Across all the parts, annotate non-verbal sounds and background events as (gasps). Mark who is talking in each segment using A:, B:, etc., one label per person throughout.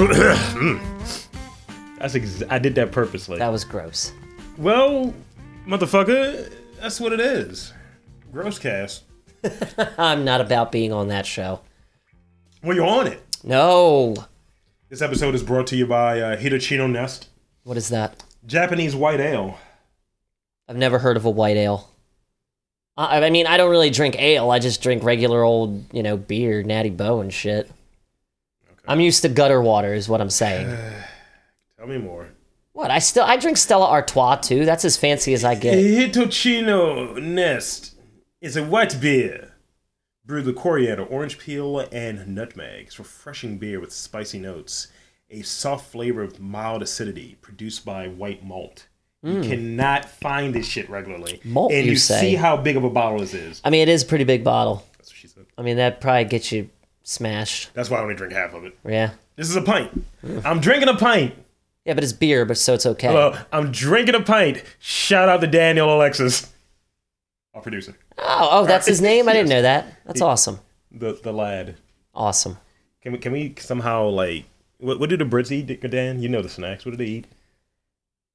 A: (coughs) That's ex- I did that purposely.
B: That was gross.
A: well, motherfucker, that's what it is. Gross cast.
B: I'm not about being on that show.
A: Well, you're on it.
B: No.
A: This episode is brought to you by uh, Hitachino Nest
B: What is that?
A: Japanese White Ale.
B: I've never heard of a white ale. I, I mean, I don't really drink ale. I just drink regular old, you know, beer, Natty Bow and shit. I'm used to gutter water, is what I'm saying.
A: Tell me more.
B: what? I still I drink Stella Artois too. That's as fancy as I get.
A: Hitachino Nest is a white beer brewed with coriander, orange peel, and nutmeg. It's refreshing beer with spicy notes, a soft flavor of mild acidity produced by white malt. You cannot find this shit regularly.
B: Mm. Malt,
A: and
B: you
A: you,
B: say?
A: see how big of a bottle this is.
B: I mean, it is a pretty big bottle.
A: That's what she said.
B: I mean, that probably gets you smashed.
A: That's why I only drink half of it.
B: Yeah.
A: This is a pint. I'm drinking a pint.
B: Yeah, but it's beer, but so it's okay.
A: Hello, I'm drinking a pint. Shout out to Daniel Alexis, our producer,
B: Oh, oh, that's his name. I didn't
A: Yes.
B: know that. That's awesome.
A: the the lad.
B: Awesome.
A: Can we can we somehow like what, what do the Brits eat, Dan? You know the snacks. What do they eat?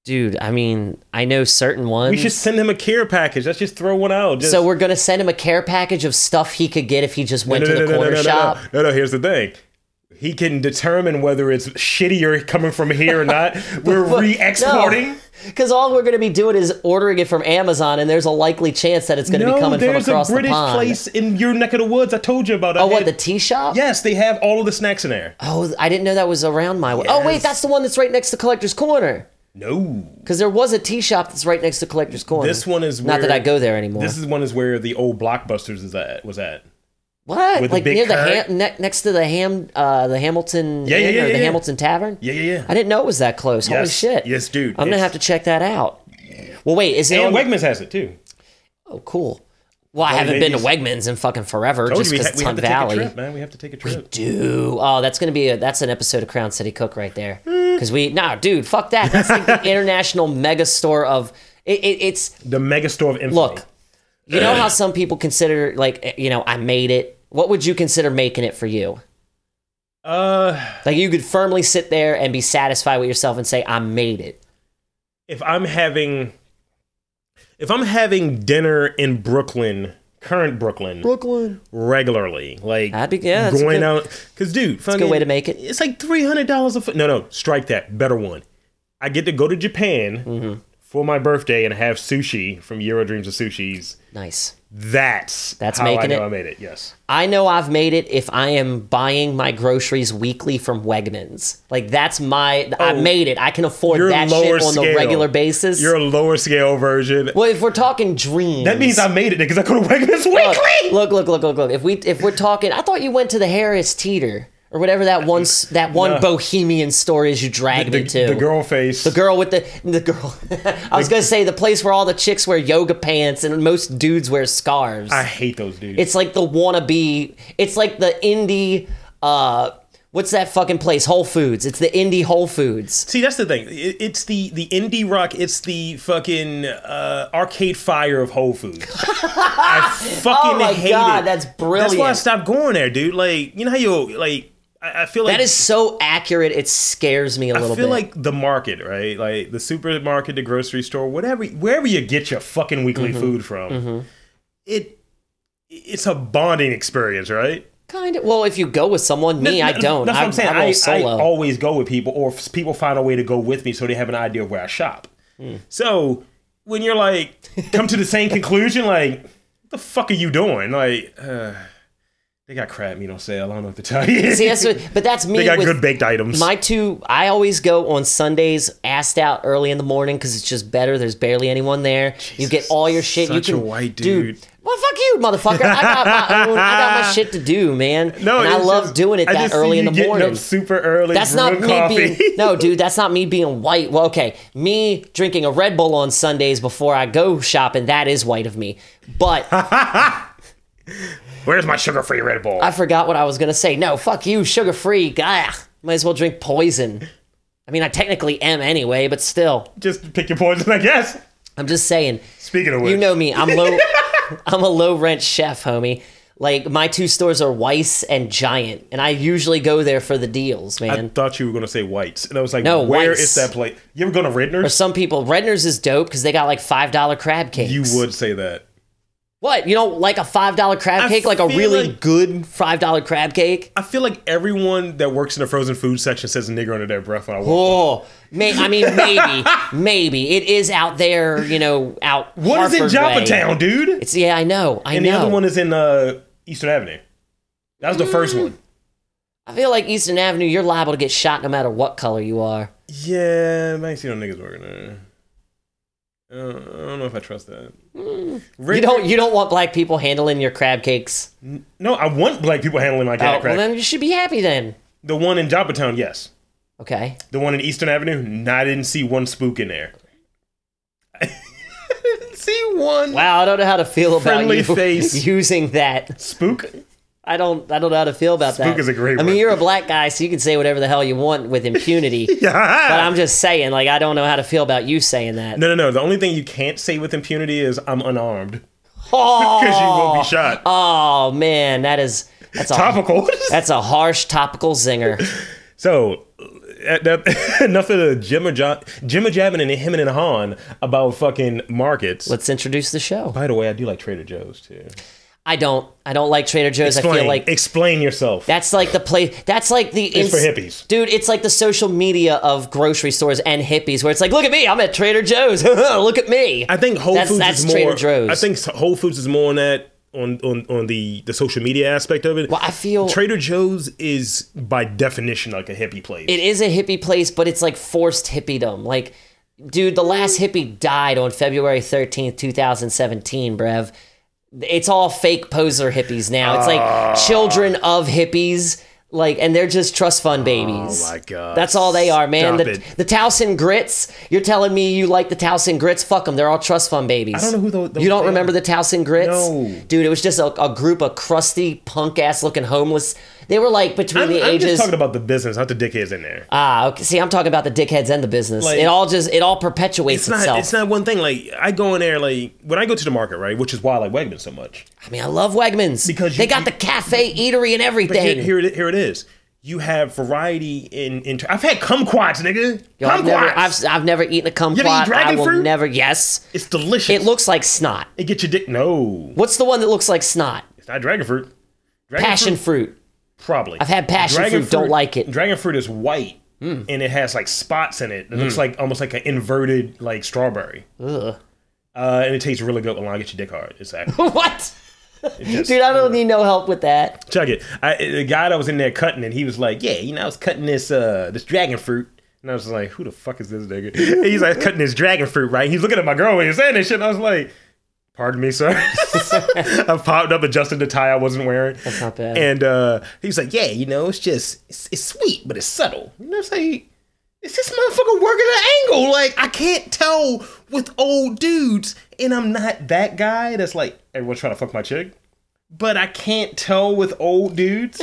B: Dude, I mean, I know certain ones.
A: We should send him a care package. Let's just throw one out. Just,
B: so we're gonna send him a care package of stuff he could get if he just went to the corner
A: no, no,
B: shop. (laughs)
A: No, no, here's the thing. He can determine whether it's shittier coming from here
B: (laughs)
A: or not. We're re-exporting.
B: Because all we're gonna be doing is ordering it from Amazon, and there's a likely chance that it's gonna be coming from
A: there's
B: across
A: a British
B: the pond.
A: place in your neck of the woods. I told you about. I
B: oh, what
A: had-
B: the tea shop?
A: yes, they have all of the snacks in there.
B: Oh, I didn't know that was around my way. Oh, wait,
A: Yes.
B: that's the one that's right next to Collector's Corner.
A: No,
B: Because there was a tea shop that's right next to Collector's Corner.
A: This one is
B: not that
A: where-
B: I go there anymore.
A: this is one is where the old blockbusters is at was at.
B: what?
A: with the
B: like
A: big
B: near the
A: curd?
B: ham, ne- next to the ham, uh, the Hamilton,
A: Yeah, yeah,
B: Inn
A: yeah,
B: or the
A: yeah, yeah.
B: Hamilton Tavern.
A: Yeah, yeah, yeah.
B: I didn't know it was that close. Holy
A: Yes.
B: shit!
A: Yes, dude.
B: I'm gonna
A: It's-
B: have to check that out. Well, wait, is it?
A: And
B: on-
A: Wegmans has it too.
B: oh, cool. Well, I haven't been to Wegmans in fucking forever,
A: Told
B: just
A: you we,
B: because
A: ha-
B: it's
A: we
B: on
A: have to
B: Valley.
A: take a trip, man. We have to take a trip.
B: Dude, oh, that's gonna be a that's an episode of Crown City Cook right there.
A: Hmm.
B: Because we nah, dude, fuck that. That's
A: (laughs)
B: like the international mega store of it, it, it's
A: The mega store of infamy.
B: look. You know how some people consider like eh, you know I made it. What would you consider making it for you?
A: uh,
B: Like you could firmly sit there and be satisfied with yourself and say I made it.
A: if I'm having, if I'm having dinner in Brooklyn, current Brooklyn,
B: Brooklyn.
A: regularly, like
B: That'd be- yeah, that's a
A: going
B: good-
A: out, because dude, that's
B: a good way to make it.
A: It's like three hundred dollars a foot. No, no, strike that. Better one. I get to go to Japan
B: Mm-hmm.
A: for my birthday and have sushi from Eurodreams of Sushi's.
B: Nice.
A: That's
B: That's
A: how I
B: making
A: know
B: it?
A: I made it. Yes.
B: I know I've made it if I am buying my groceries weekly from Wegmans. Like that's my I
A: Oh,
B: made it. I can afford
A: You're
B: that
A: lower
B: shit on
A: scale.
B: the regular basis.
A: You're a lower scale version.
B: well, if we're talking dreams,
A: That means I made it because I go to Wegmans
B: look,
A: weekly.
B: look, look, look, look, look. If we if we're talking, I thought you went to the Harris Teeter or whatever that one s- that one bohemian store is you dragged
A: The,
B: me to.
A: the girl face.
B: The girl with the the girl. (laughs) I was gonna say the place where all the chicks wear yoga pants and most dudes wear scarves.
A: I hate those dudes.
B: It's like the wannabe. It's like the indie. uh What's that fucking place? Whole Foods. It's the indie Whole Foods.
A: See, that's the thing. It, it's the the indie rock. It's the fucking uh, arcade fire of Whole
B: (laughs)
A: Foods. I fucking
B: Oh my
A: hate
B: God,
A: it.
B: that's
A: That's why I
B: brilliant.
A: stopped going there, dude. Like, you know how you like. I, I feel like
B: That is so accurate. It scares me a
A: I
B: little
A: feel
B: bit.
A: like the market, right? Like the supermarket, the grocery store, whatever, wherever you get your fucking weekly
B: Mm-hmm.
A: food from, it it's a bonding experience, right?
B: kind of. Well, if you go with someone, me, I don't.
A: That's
B: I,
A: what I'm saying.
B: I roll
A: I, I
B: solo.
A: always go with people, or if people find a way to go with me so they have an idea of where I shop.
B: Hmm.
A: So when you're like, come to the
B: (laughs)
A: same conclusion, like, what the fuck are you doing? Like, uh, they got crab meat on sale. I don't know what to tell you.
B: See, that's what, but that's
A: (laughs)
B: me.
A: they got
B: with
A: good baked items.
B: My two, I always go on Sundays, assed out early in the morning because it's just better. There's barely anyone there. you get all your shit.
A: such a
B: you can,
A: white dude.
B: Well, fuck you, motherfucker. I got my own. I got
A: (laughs)
B: my shit to do, man.
A: no,
B: and I
A: it's
B: love
A: just-
B: doing it
A: I
B: that
A: just see
B: early in
A: you
B: the
A: getting
B: morning.
A: Up super early.
B: That's not me
A: brewing coffee.
B: being
A: (laughs)
B: no, dude. That's not me being white. Well, okay, me drinking a Red Bull on Sundays before I go shopping. That is white of me. But
A: (laughs) Where's my sugar-free Red Bull?
B: I forgot what I was gonna say. No, fuck you, sugar free. Gah, might as well drink poison. I mean, I technically am anyway, but still,
A: just pick your poison, I guess.
B: I'm just saying.
A: Speaking of which,
B: You know me. I'm low. I'm a low rent chef, homie. Like my two stores are Weiss and Giant, and I usually go there for the deals,
A: I
B: man.
A: (laughs) thought you were gonna say whites, and I was like,
B: No,
A: where
B: whites.
A: is that place? You ever going to
B: For
A: Redner's?
B: some people, Redner's is dope because they got like five dollar crab cakes.
A: You would say that.
B: What? You don't like a five dollar crab
A: I
B: cake? Like a
A: feel
B: really
A: like-
B: good five dollar crab cake?
A: I feel like everyone that works in the frozen food section says nigger under their breath when I walk.
B: Oh, may, I
A: (laughs)
B: mean, maybe, maybe it is out there. You know, out.
A: What is in
B: Hartford
A: Joppa
B: way.
A: Town, dude?
B: It's yeah, I know, I
A: and
B: know.
A: the other one is in uh, Eastern Avenue. That was the
B: Mm.
A: first one.
B: I feel like Eastern Avenue, you're liable to get shot no matter what color you are.
A: Yeah, I ain't seen no niggas working there. I don't, I don't know if I trust that. Red-
B: Mm. You don't. You don't want black people handling your crab cakes.
A: No, I want black people handling my cat
B: Oh,
A: crack.
B: well, then you should be happy then.
A: the one in Joppa Town, yes.
B: Okay.
A: The one in Eastern Avenue, nah, I didn't see one spook in there. (laughs) I didn't see one
B: Wow, I don't know how to feel about
A: Friendly
B: you
A: face.
B: (laughs) using that.
A: spook.
B: I don't. I don't know how to feel about that.
A: Spook is a great
B: I mean,
A: word.
B: you're a black guy, so you can say whatever the hell you want with (laughs) impunity. but
A: Yeah.
B: I'm just saying, like, I don't know how to feel about you saying that.
A: No, no, no. The only thing you can't say with impunity is I'm unarmed
B: Oh,
A: because you will be shot.
B: Oh man, that is that's a
A: Topical.
B: that's a harsh topical zinger.
A: (laughs) so, uh, that, (laughs) enough of the Jim Jimma jabbing and him and Han about fucking markets.
B: Let's introduce the show.
A: By the way, I do like Trader Joe's too.
B: I don't I don't like Trader Joe's. I
A: Explain,
B: feel like
A: explain yourself.
B: that's like the place. That's like the
A: It's for hippies.
B: dude. It's like the social media of grocery stores and hippies, where it's like, look at me, I'm at Trader Joe's. (laughs) look at me.
A: I think Whole
B: That's-
A: Foods
B: that's
A: is more.
B: Trader Joe's.
A: I think Whole Foods is more on that on on on the the social media aspect of it.
B: Well, I feel
A: Trader Joe's is by definition like a hippie place.
B: it is a hippie place, but it's like forced hippiedom. Like, dude, the last hippie died on February 13th, 2017, brev. It's all fake poser hippies now.
A: Ah.
B: It's like children of hippies, like, and they're just trust fund babies.
A: Oh my God.
B: That's all they are, man.
A: Stop
B: The,
A: it.
B: the Towson Grits, you're telling me you like the Towson Grits? Fuck them. They're all trust fund babies. I
A: don't know who tho- those
B: You don't
A: they
B: remember
A: are.
B: the Towson Grits?
A: No.
B: Dude, it was just a, a group of crusty, punk ass looking homeless. They were like between
A: I'm,
B: the
A: I'm
B: ages.
A: just talking about the business, not the dickheads in there.
B: Ah, okay. See, I'm talking about the dickheads and the business.
A: Like-
B: it all just it all perpetuates
A: It's not.
B: itself.
A: It's not one thing. Like I go in there, like when I go to the market, right, which is why I like Wegmans so much.
B: I mean, I love Wegmans
A: Because you-
B: they got the cafe eatery and everything.
A: Here, here, it, here it is. You have variety in. in I've had kumquats, nigga.
B: Yo, I've,
A: kumquats.
B: never, I've, I've never eaten a
A: ever eaten
B: kumquat. I
A: dragon
B: will
A: fruit?
B: never. Yes,
A: it's delicious.
B: it looks like snot.
A: It gets your dick. No,
B: What's the one that looks like snot?
A: it's not dragon fruit. Dragon
B: Passion fruit. (laughs)
A: Probably. I've
B: had passion fruit, don't like it. Hmm.
A: Dragon fruit is white and it has like spots in it. It looks like almost like an inverted like strawberry.
B: Ugh.
A: Uh, and it tastes really good when I get your dick hard. It's actually
B: what? (laughs)
A: just-
B: Dude, I don't need no help with that.
A: check it. I, the guy that was in there cutting it, he was like, "Yeah, you know, I was cutting this uh this dragon fruit." And I was like, "Who the fuck is this nigga?" (laughs) And he's like cutting this dragon fruit, right? He's looking at my girl when he's saying this shit. And I was like, "Pardon me, sir." (laughs) I popped up, adjusted the tie I wasn't wearing. That's
B: not bad.
A: And uh, he was like, "Yeah, you know, it's just it's, it's sweet, but it's subtle." You know, it's like. Is this motherfucker working at an angle? Like I can't tell with old dudes, and I'm not that guy that's like everyone's trying to fuck my chick, but I can't tell with old dudes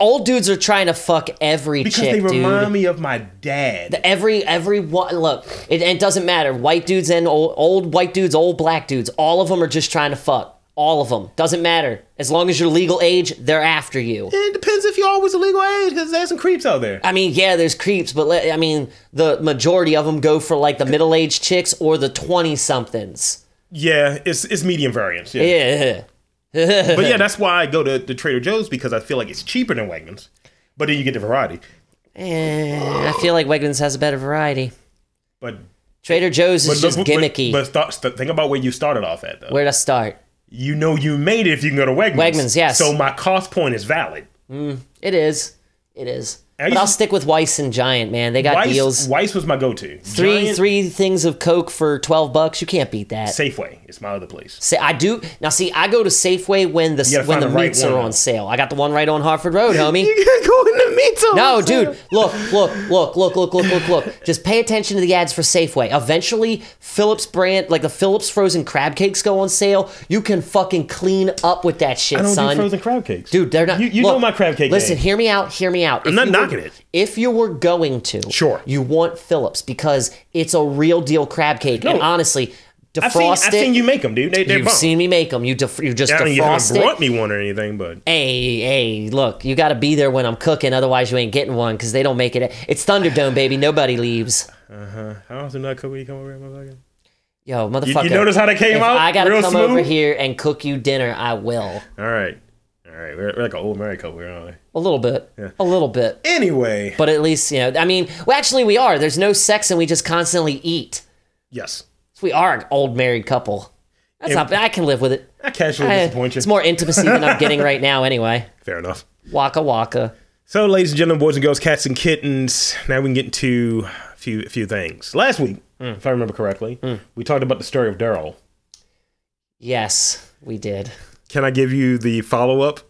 B: Old dudes are trying to fuck every
A: because
B: chick,
A: they remind
B: Eh, dude.
A: me of my dad.
B: Every every one look, it, it doesn't matter. White dudes and old, old white dudes, old black dudes, all of them are just trying to fuck. All of them doesn't matter. As long as you're legal age, they're after you.
A: it depends if you're always a legal age because there's some creeps out there.
B: I mean, yeah, there's creeps, but let, I mean, the majority of them go for like the middle aged chicks or the twenty somethings.
A: Yeah, it's it's medium variance. Yeah,
B: Yeah,
A: but
B: (laughs)
A: yeah, that's why I go to the Trader Joe's because I feel like it's cheaper than Wegmans, but then you get the variety.
B: Eh, I feel like Wegmans has a better variety.
A: But
B: Trader Joe's is
A: look-
B: just
A: but-
B: gimmicky.
A: But, start- st- think about where you started off at though.
B: Where to start?
A: You know you made it if you can go to Wegmans.
B: Wegmans, yes.
A: So my cost point is valid.
B: It is, it is.
A: I
B: But I'll
A: used-
B: stick with Weiss and Giant, man. They got deals.
A: Weiss, Weiss was my go-to.
B: three
A: Giant,
B: three things of coke for 12 bucks you can't beat that
A: Safeway is my other place.
B: Say, I do now. See, I go to Safeway when the
A: gotta
B: when
A: find
B: the,
A: the right
B: meats
A: one,
B: are
A: though.
B: on sale. I got the one right on
A: (laughs)
B: Hartford Road, homie.
A: gotta go in the meat
B: No, dude, look, look, look, look, look, look, look, look. Just pay attention to the ads for Safeway. Eventually, Phillips brand, like the Phillips frozen crab cakes, go on sale. You can fucking clean up with that shit,
A: I don't
B: son.
A: do frozen crab cakes.
B: Dude, they're not.
A: You, you
B: look,
A: know my crab cake.
B: Listen,
A: game.
B: hear me out. Hear me out. I'm
A: not knocking it.
B: If you were going to,
A: Sure.
B: you want Phillips because it's a real deal crab cake. And honestly, defrost
A: I've seen, I've
B: it.
A: seen you make them, dude. They, they're
B: You've
A: bomb.
B: seen me make them. You def- you just
A: I mean, you
B: defrost
A: haven't
B: it.
A: brought me one or anything, but
B: Hey, hey, look, you got to be there when I'm cooking, otherwise you ain't getting one because they don't make it. It's Thunderdome, baby. Nobody leaves.
A: uh-huh. how often do I cook when you come over here, motherfucker?
B: Yo,
A: You,
B: motherfucker.
A: you notice how that came
B: if
A: out?
B: I gotta
A: Real
B: come
A: smooth?
B: over here and cook you dinner, I will.
A: All right, all right. We're, we're like an old married couple, here, aren't we?
B: A little bit, a little bit,
A: Anyway,
B: but at least you know. I mean, well, actually, we are. There's no sex, and we just constantly eat.
A: yes,
B: So we are an old married couple. That's
A: It-
B: not. I can live with it.
A: I casually
B: I-
A: disappoint you.
B: it's more intimacy than I'm getting
A: (laughs)
B: right now, anyway.
A: Fair enough.
B: Waka waka.
A: So, ladies and gentlemen, boys and girls, cats and kittens. Now we can get into a few a few things. Last week,
B: Mm.
A: if I remember correctly, we talked about the story of Daryl.
B: Yes, we did.
A: Can I give you the follow up?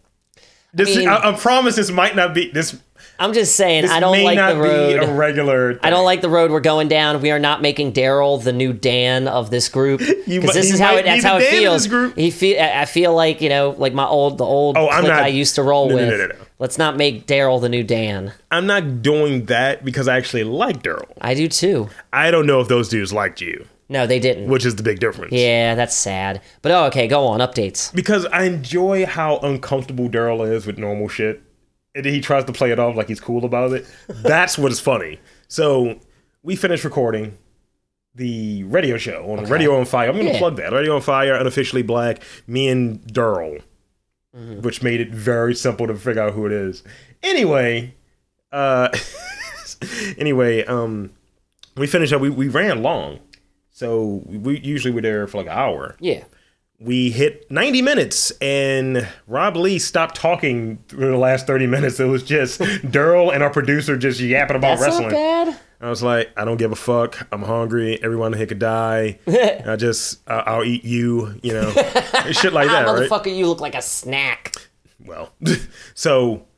A: This
B: mean-
A: I, I promise this might not be this.
B: I'm just saying,
A: This
B: I don't
A: may
B: like
A: not
B: the road.
A: be a regular. Thing.
B: I don't like the road we're going down. We are not making Daryl the new Dan of this
A: (laughs)
B: group
A: You
B: because
A: might-
B: this
A: you
B: is how
A: might
B: it. That's
A: be the
B: how it
A: Dan of
B: feels.
A: this group.
B: He feel. I I feel like you know, like my old the old
A: Oh, I'm
B: clique
A: not-
B: I used to roll
A: no, no,
B: with.
A: no, no, no.
B: Let's not make Daryl the new Dan.
A: I'm not doing that because I actually like Daryl.
B: I do too.
A: I don't know if those dudes liked you,
B: No, they didn't.
A: which is the big difference.
B: yeah, that's sad. But oh, okay, go on. Updates.
A: Because I enjoy how uncomfortable Daryl is with normal shit. And then he tries to play it off like he's cool about it. That's what is funny. So we finished recording the radio show on Radio on Fire. I'm going to
B: Yeah.
A: plug that. Radio on Fire, unofficially black, me and Daryl, which made it very simple to figure out who it is. Anyway, uh, (laughs) anyway, um, we finished up. We, we ran long. So we usually were there for like an hour
B: Yeah.
A: we hit 90 minutes and Rob Lee stopped talking through the last 30 minutes. It was just Daryl and our producer just yapping about
B: That's
A: wrestling.
B: not bad.
A: I was like, I don't give a fuck. I'm hungry. Everyone here could
B: (laughs)
A: die. I just, I I'll eat you, you know, shit like that,
B: ah,
A: right?
B: motherfucker, you look like a snack.
A: Well, (laughs) so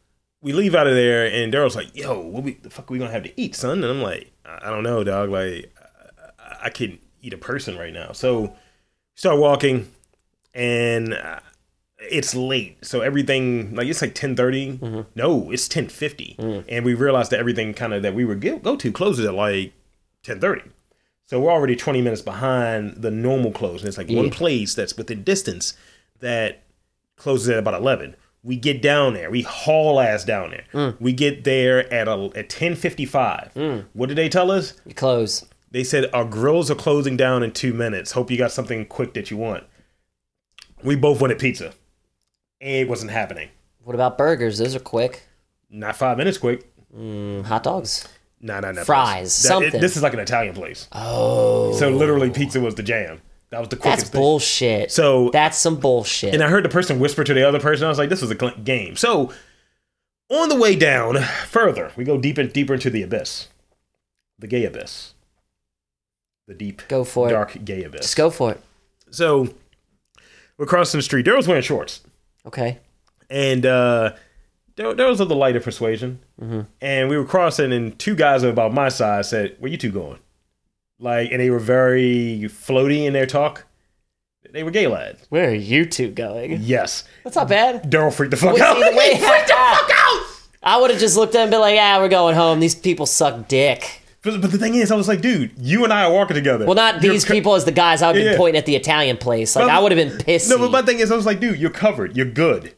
A: we leave out of there and Daryl's like, yo, what we, the fuck are we going to have to eat, son? And I'm like, I, I don't know, dog. Like, I, I can eat a person right now. So start walking and uh, it's late so everything like it's like 1030 no it's 1050 and we realized that everything kind of that we were go, go to closes at like 1030 so we're already 20 minutes behind the normal close and it's like one place that's within distance that closes at about 11 we get down there we haul ass down there
B: Mm.
A: we get there at a, at 1055 what did they tell us
B: You close.
A: they said our grills are closing down in two minutes. Hope you got something quick that you want. We both wanted pizza. It wasn't happening.
B: What about burgers? Those are quick.
A: Not five minutes quick.
B: Mm, hot dogs.
A: Nah, nah, nah.
B: Fries,
A: That- it-
B: something.
A: this is like an Italian place.
B: Oh,
A: So literally, pizza was the jam. That was the quickest
B: that's
A: thing.
B: bullshit.
A: So-
B: that's some bullshit.
A: And I heard the person whisper to the other person. I was like, this was a cl- game. So on the way down further, we go deep and deeper into the abyss, the gay abyss, the deep,
B: Go for it.
A: dark gay abyss.
B: Just go for it.
A: So we're crossing the street. Daryl's wearing shorts.
B: Okay.
A: and uh there, there was of the lighter persuasion
B: Mm-hmm.
A: and we were crossing and two guys of about my size said where you two going like and they were very floaty in their talk they were gay lads
B: Where are you two going?
A: yes
B: That's
A: (laughs)
B: not bad.
A: daryl freaked the fuck
B: Wait,
A: out
B: either way-
A: He freaked the
B: (laughs)
A: fuck out
B: I would have just looked at him and been like, ah, we're going home. These people suck dick.
A: but, but the thing is i was like dude you and i are walking together
B: Well, not
A: You're
B: these
A: co-
B: people as the guys I would have
A: Yeah,
B: been
A: yeah.
B: pointing at the Italian place. Like,
A: But-
B: I would have been pissed.
A: no but my thing is i was like dude you're covered you're good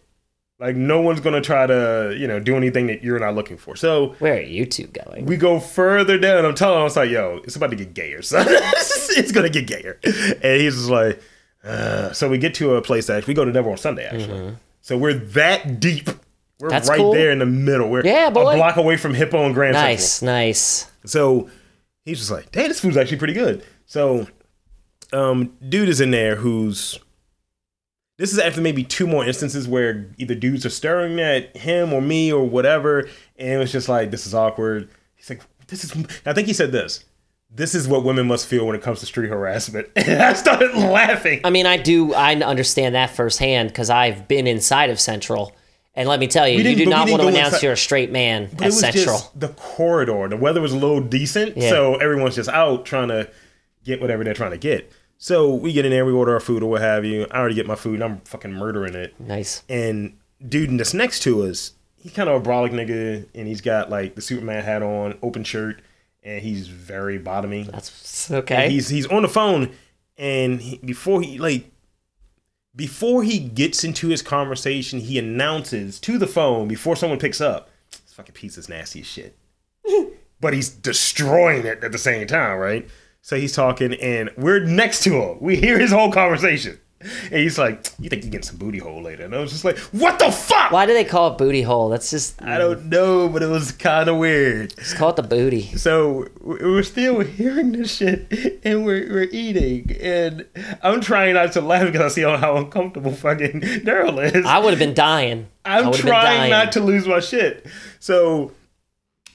A: like no one's gonna try to you know do anything that you're not looking for so
B: Where are you two going?
A: We go further down. I'm telling him, I was like, yo, it's about to get gayer, son. (laughs) it's going to get gayer. And he's just like, uh. so we get to a place that we go to Never on Sunday, actually. So we're that deep. We're
B: Mm-hmm. That's
A: right
B: cool.
A: there in the middle. We're
B: Yeah, boy.
A: a block away from Hippo and Grand
B: Nice, nice.
A: Central. So he's just like, damn, this food's actually pretty good. So um, dude is in there who's. This is after maybe two more instances where either dudes are staring at him or me or whatever, and it was just like this is awkward. He's like, "This is." I think he said this. This is what women must feel when it comes to street harassment. (laughs) And I started laughing.
B: I mean, I do, I understand that firsthand because I've been inside of Central. And let me tell you, you
A: didn't-
B: do
A: but we
B: not
A: didn't
B: want to
A: go
B: announce
A: inside-
B: you're a straight man
A: But it
B: at
A: was
B: Central.
A: just the corridor. The weather was a little decent,
B: Yeah.
A: so everyone's just out trying to get whatever they're trying to get. So we get in there, we order our food or what have you. I already get my food, and I'm fucking murdering it.
B: Nice.
A: and dude in this next to us, he's kind of a brolic nigga, and he's got like the Superman hat on, open shirt, and he's very bottomy.
B: That's okay.
A: He's he's on the phone, and he, before he like before he gets into his conversation, he announces to the phone before someone picks up, "This fucking pizza's nasty as shit." but he's destroying it at the same time, right? So he's talking, and we're next to him. We hear his whole conversation, and he's like, "You think you're getting some booty hole later?" And I was just like, "What the fuck?"
B: Why do they call it booty hole? That's just
A: I don't know, but it was kind of weird.
B: just call it the booty.
A: So we- we're still hearing this shit, and we're, we're eating, and I'm trying not to laugh because I see how uncomfortable fucking Daryl is.
B: I would have been dying. I
A: I'm
B: would've been
A: trying
B: dying. (laughs)
A: not to lose my shit. So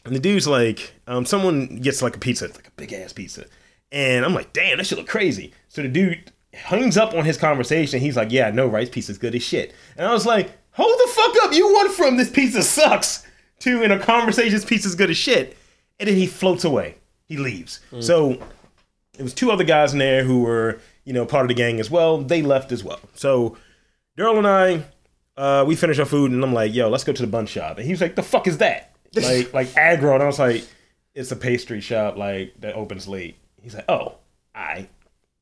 A: and the dude's like, um, someone gets like a pizza, it's like a big ass pizza, and I'm like, damn, that shit look crazy. So the dude hangs up on his conversation. He's like, yeah, I know, rice pizza's good as shit. And I was like, hold the fuck up, you went from this pizza sucks to in a conversation, this pizza's good as shit, and then he floats away. He leaves.
B: Mm.
A: So it was two other guys in there who were, you know, part of the gang as well. They left as well. So Daryl and I, uh, we finished our food, and I'm like, "Yo, let's go to the bun shop." And he was like, "The fuck is
B: (laughs)
A: that?" Like, like aggro, and I was like, "It's a pastry shop, like that opens late." He's like, "Oh, I."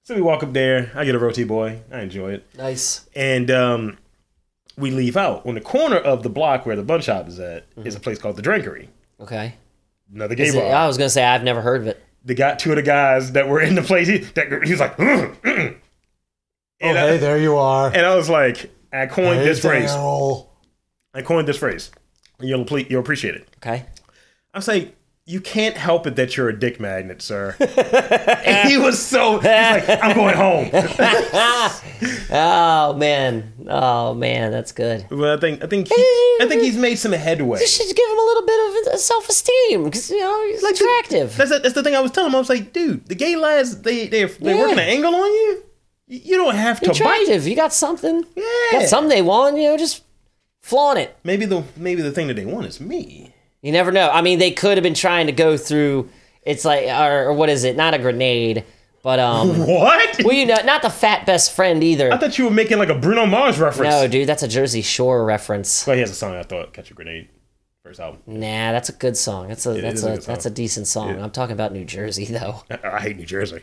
A: So we walk up there. I get a roti boy. I enjoy it,
B: Nice.
A: and um, we leave out on the corner of the block where the bun shop is at. Is a place called the Drinkery,
B: Okay.
A: another gay
B: Mm-hmm. Is it- oh,
A: bar.
B: I was gonna say I've never heard of it.
A: the guy, two of the guys that were in the place, he, that, he was like, (clears throat) "Mm, mm." and,
C: Oh, hey,
A: I,
C: there you are.
A: and I was like, I coined
C: Hey,
A: this phrase.
C: Daryl.
A: I coined this phrase. You'll ple- you'll appreciate it.
B: Okay.
A: I was like, you can't help it that you're a dick magnet, sir. (laughs) and he was so he's like, I'm going home. (laughs)
B: Oh man. Oh man. That's good.
A: But I think I think he, I think he's made some headway.
B: You should give him a little bit of self esteem because you know he's attractive.
A: That's the, that's the thing I was telling him. I was like, dude, the gay lads they they they
B: Yeah.
A: working an angle on you. You you don't have to bite.
B: attractive. You got something.
A: Yeah.
B: Got something they want. You know, just flaunt it.
A: Maybe the maybe the thing that they want is me.
B: You never know. I mean, they could have been trying to go through. It's like, or, or what is it? Not a grenade, but um.
A: (laughs) What?
B: well, you know, not the fat best friend either.
A: I thought you were making like a Bruno Mars reference.
B: no, dude, that's a Jersey Shore reference.
A: But he has a song I thought Catch a Grenade first album.
B: Nah, that's a good song. That's a that's
A: is a
B: a,
A: good song.
B: that's a decent song. I'm talking about New Jersey though.
A: I hate New Jersey.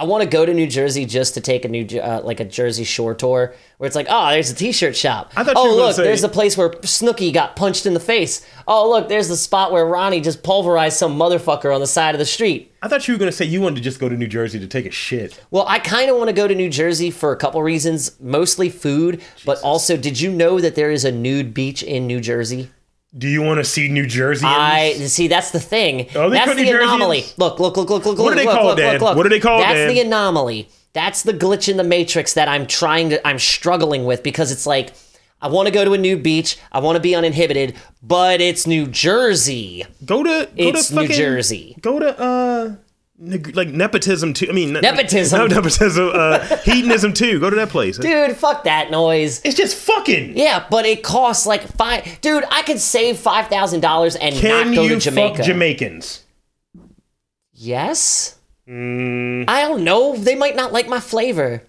B: I want to go to New Jersey just to take a new Jer- uh, like a Jersey Shore tour where it's like, oh, there's a T-shirt shop.
A: I thought you
B: oh,
A: were gonna
B: look,
A: say-
B: there's the place where Snooky got punched in the face. Oh, look, there's the spot where Ronnie just pulverized some motherfucker on the side of the street.
A: I thought you were gonna say you wanted to just go to New Jersey to take a shit.
B: Well, I kind of want to go to New Jersey for a couple reasons, mostly food, but also, did you know that there is a nude beach in New Jersey?
A: Do you want to see New Jersey?
B: I see. That's the thing.
A: Are Oh, they
B: that's
A: called
B: the
A: New Jerseyans?
B: anomaly. Look, look, look, look,
A: What
B: look.
A: do
B: look,
A: they
B: look,
A: call
B: look,
A: it, Dan?
B: look, look.
A: What do they call it,
B: That's
A: Dan?
B: the anomaly. That's the glitch in the matrix that I'm trying to. I'm struggling with because it's like I want to go to a new beach. I want to be uninhibited, but it's New Jersey.
A: go to go
B: It's
A: to fucking,
B: New Jersey.
A: Go to uh neg- like nepotism too. I mean not-
B: Nepotism.
A: No nepotism. Uh, (laughs) hedonism too. Go to that place.
B: Dude, fuck that noise.
A: It's just fucking.
B: Yeah, but it costs like five. Dude, I could save five thousand dollars and
A: Can
B: not go
A: you
B: to Jamaica.
A: fuck Jamaicans?
B: yes.
A: Mm.
B: I don't know. They might not like my flavor.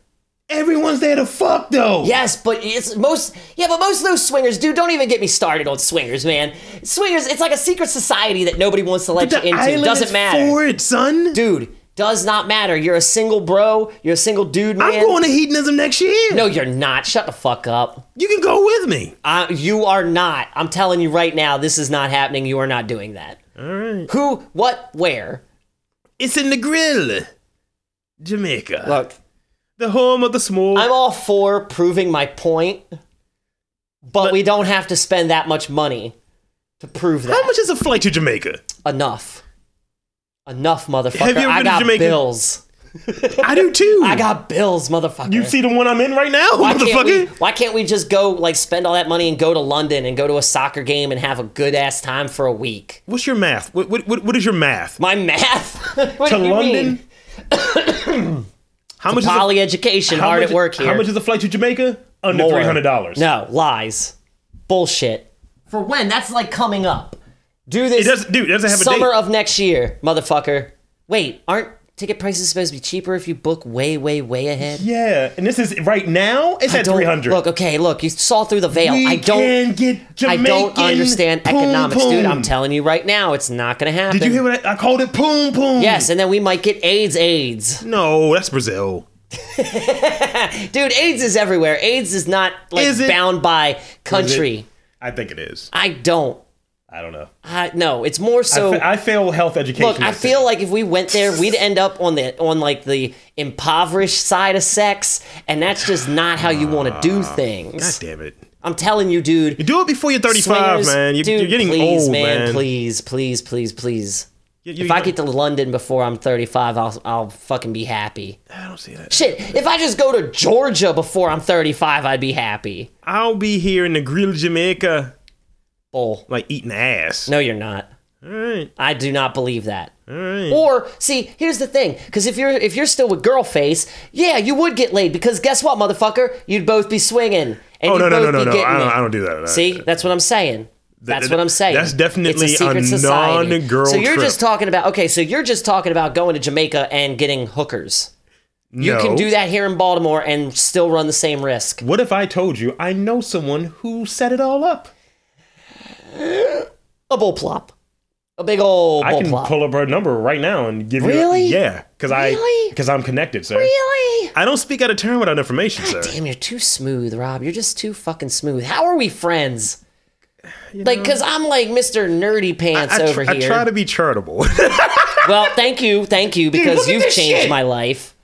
A: Everyone's there to fuck though.
B: Yes, but it's most yeah, but most of those swingers, dude, don't even get me started on swingers, man. Swingers, it's like a secret society that nobody wants to let
A: The
B: you into.
A: island
B: Doesn't
A: is
B: matter.
A: for it, son.
B: Dude, does not matter. You're a single bro, you're a single dude, man.
A: I'm going to hedonism next year.
B: no, you're not. Shut the fuck up.
A: you can go with me.
B: Uh, you are not. I'm telling you right now, this is not happening. You are not doing that.
A: All right.
B: Who, what, where?
A: It's in the grill, Jamaica,
B: Look,
A: the home of the small.
B: I'm all for proving my point, but, we don't have to spend that much money to prove that.
A: How much is a flight to Jamaica?
B: enough. Enough, motherfucker.
A: Have you ever
B: I
A: been to
B: got
A: Jamaica?
B: bills.
A: I do too.
B: I got bills, motherfucker.
A: You see the one I'm in right now,
B: why can't,
A: (laughs)
B: we,
A: motherfucker?
B: why can't we just go like spend all that money and go to London and go to a soccer game and have a good ass time for a week?
A: What's your math? What, what, what, what is your math?
B: My math. (laughs) what
A: To
B: do you
A: London?
B: mean? (coughs)
A: How much
B: Poly education,
A: how
B: hard
A: much-
B: at work here.
A: How much is the flight to Jamaica? Under
B: More.
A: three hundred dollars.
B: No lies, bullshit. For when? That's like coming up. Do this
A: it doesn't. Dude, it doesn't have a
B: summer
A: date.
B: of next year, motherfucker. Wait, aren't ticket prices supposed to be cheaper if you book way, way, way ahead?
A: Yeah, and this is right now. It's at
B: don't-
A: three hundred.
B: Look, okay, look, you saw through the veil.
A: we
B: I
A: can
B: don't
A: get
B: I
A: Jamaican
B: don't understand
A: poom
B: economics, dude. I'm
A: poom.
B: telling you right now, it's not gonna happen.
A: Did you hear what I, I called it? Poom poom.
B: Yes, and then we might get AIDS AIDS.
A: No, that's Brazil.
B: Dude, AIDS is everywhere. AIDS is not like
A: Is it?
B: bound by country.
A: I think it is.
B: I don't.
A: I don't know.
B: I no, it's more so
A: I, fa- I fail health education.
B: Look, I
A: at
B: feel like if we went there, we'd end up on the on like the impoverished side of sex, and that's just not how you want to
A: Ah.
B: do
A: God
B: things.
A: damn it.
B: I'm telling you, dude.
A: You do it before you're 35,
B: swingers-
A: man. You're,
B: dude,
A: you're getting
B: please,
A: old,
B: man,
A: man.
B: Please, please, please, please.
A: You- you-
B: If I get to London before I'm 35, I'll I'll fucking be happy.
A: I don't see that.
B: Shit, if I just go to Georgia before I'm 35, I'd be happy.
A: I'll be here in the grill Jamaica,
B: Bull.
A: like eating ass.
B: No, you're not.
A: All right,
B: I do not believe that.
A: all right.
B: Or see, here's the thing, because if you're if you're still with Girlface, yeah, you would get laid because guess what, motherfucker, you'd both be swinging and
A: Oh
B: you'd
A: no, no,
B: both
A: no, no,
B: be
A: no!
B: getting
A: I don't,
B: it.
A: I don't do that.
B: See, that's what I'm saying. That's what I'm saying.
A: that's definitely
B: It's a, secret
A: a
B: society.
A: non-girl
B: So you're
A: trip.
B: just talking about okay. So you're just talking about going to Jamaica and getting hookers. You
A: No.
B: can do that here in Baltimore and still run the same risk.
A: What if I told you I know someone who set it all up?
B: A bull plop, a big old
A: I
B: bull
A: can
B: plop.
A: pull up her number right now and give you.
B: Really?
A: Yeah, because I
B: Really?
A: because I'm connected, sir.
B: really?
A: I don't speak out of turn without information, sir.
B: Damn, you're too smooth, Rob. You're just too fucking smooth. How are we friends? like, cause I'm like Mr. Nerdy Pants
A: I,
B: over
A: tr- I
B: here.
A: try to be
B: (laughs)
A: charitable. (laughs)
B: well, thank you, thank you, because
A: look at
B: you've
A: this
B: changed
A: shit.
B: my life.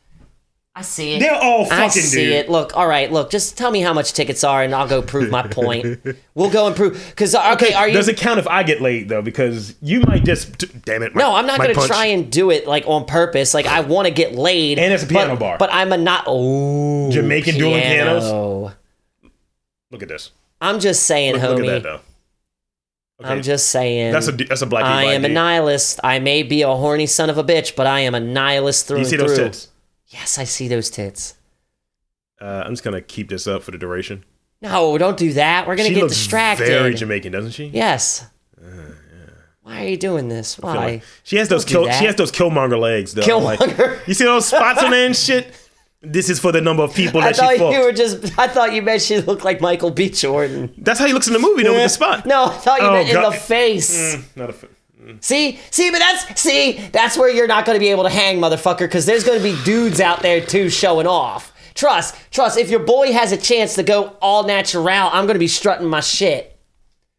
B: I see it.
A: They're all
B: I
A: fucking
B: see
A: dude.
B: it. Look, all right, look. Just tell me how much tickets are, and I'll go prove my point. we'll go and prove. Cause uh, okay, are you?
A: Does it count if I get laid though? Because you might just t- damn it. my-
B: No, I'm not
A: my
B: going to
A: punch.
B: try and do it like on purpose. Like I want to get laid,
A: And it's a piano
B: but,
A: bar.
B: But I'm a not. Oh,
A: Jamaican dueling pianos?
B: piano.
A: Look at this.
B: I'm just saying,
A: Look,
B: homie.
A: look at that though. Okay.
B: I'm just saying.
A: that's a d- that's a black.
B: I
A: dude,
B: am a
A: black dude.
B: nihilist. I may be a horny son of a bitch, but I am a nihilist through
A: Do you
B: and
A: see
B: through.
A: those tits?
B: Yes, I see those tits.
A: Uh, I'm just gonna keep this up for the duration.
B: No, don't do that. We're gonna
A: she
B: get
A: looks
B: distracted.
A: very Jamaican, doesn't she?
B: yes. Why are you doing this?
A: Uh, I feel
B: Why?
A: like- She has those
B: Don't
A: kill,
B: do that.
A: she has those Killmonger legs though. Like, (laughs)
B: Killmonger.
A: you see those spots on
B: (laughs)
A: there and shit. This is for the number of people
B: I
A: that
B: thought
A: she
B: you
A: fucked.
B: were just. I thought you meant she looked like Michael B. Jordan.
A: That's how he looks in the movie though with the spot.
B: No, I thought you
A: Oh,
B: meant
A: God. Mm.
B: in the face.
A: Not a f-
B: See, see, but that's see, that's where you're not going to be able to hang, motherfucker, because there's going to be dudes out there too showing off. Trust, trust. If your boy has a chance to go all natural, I'm going to be strutting my shit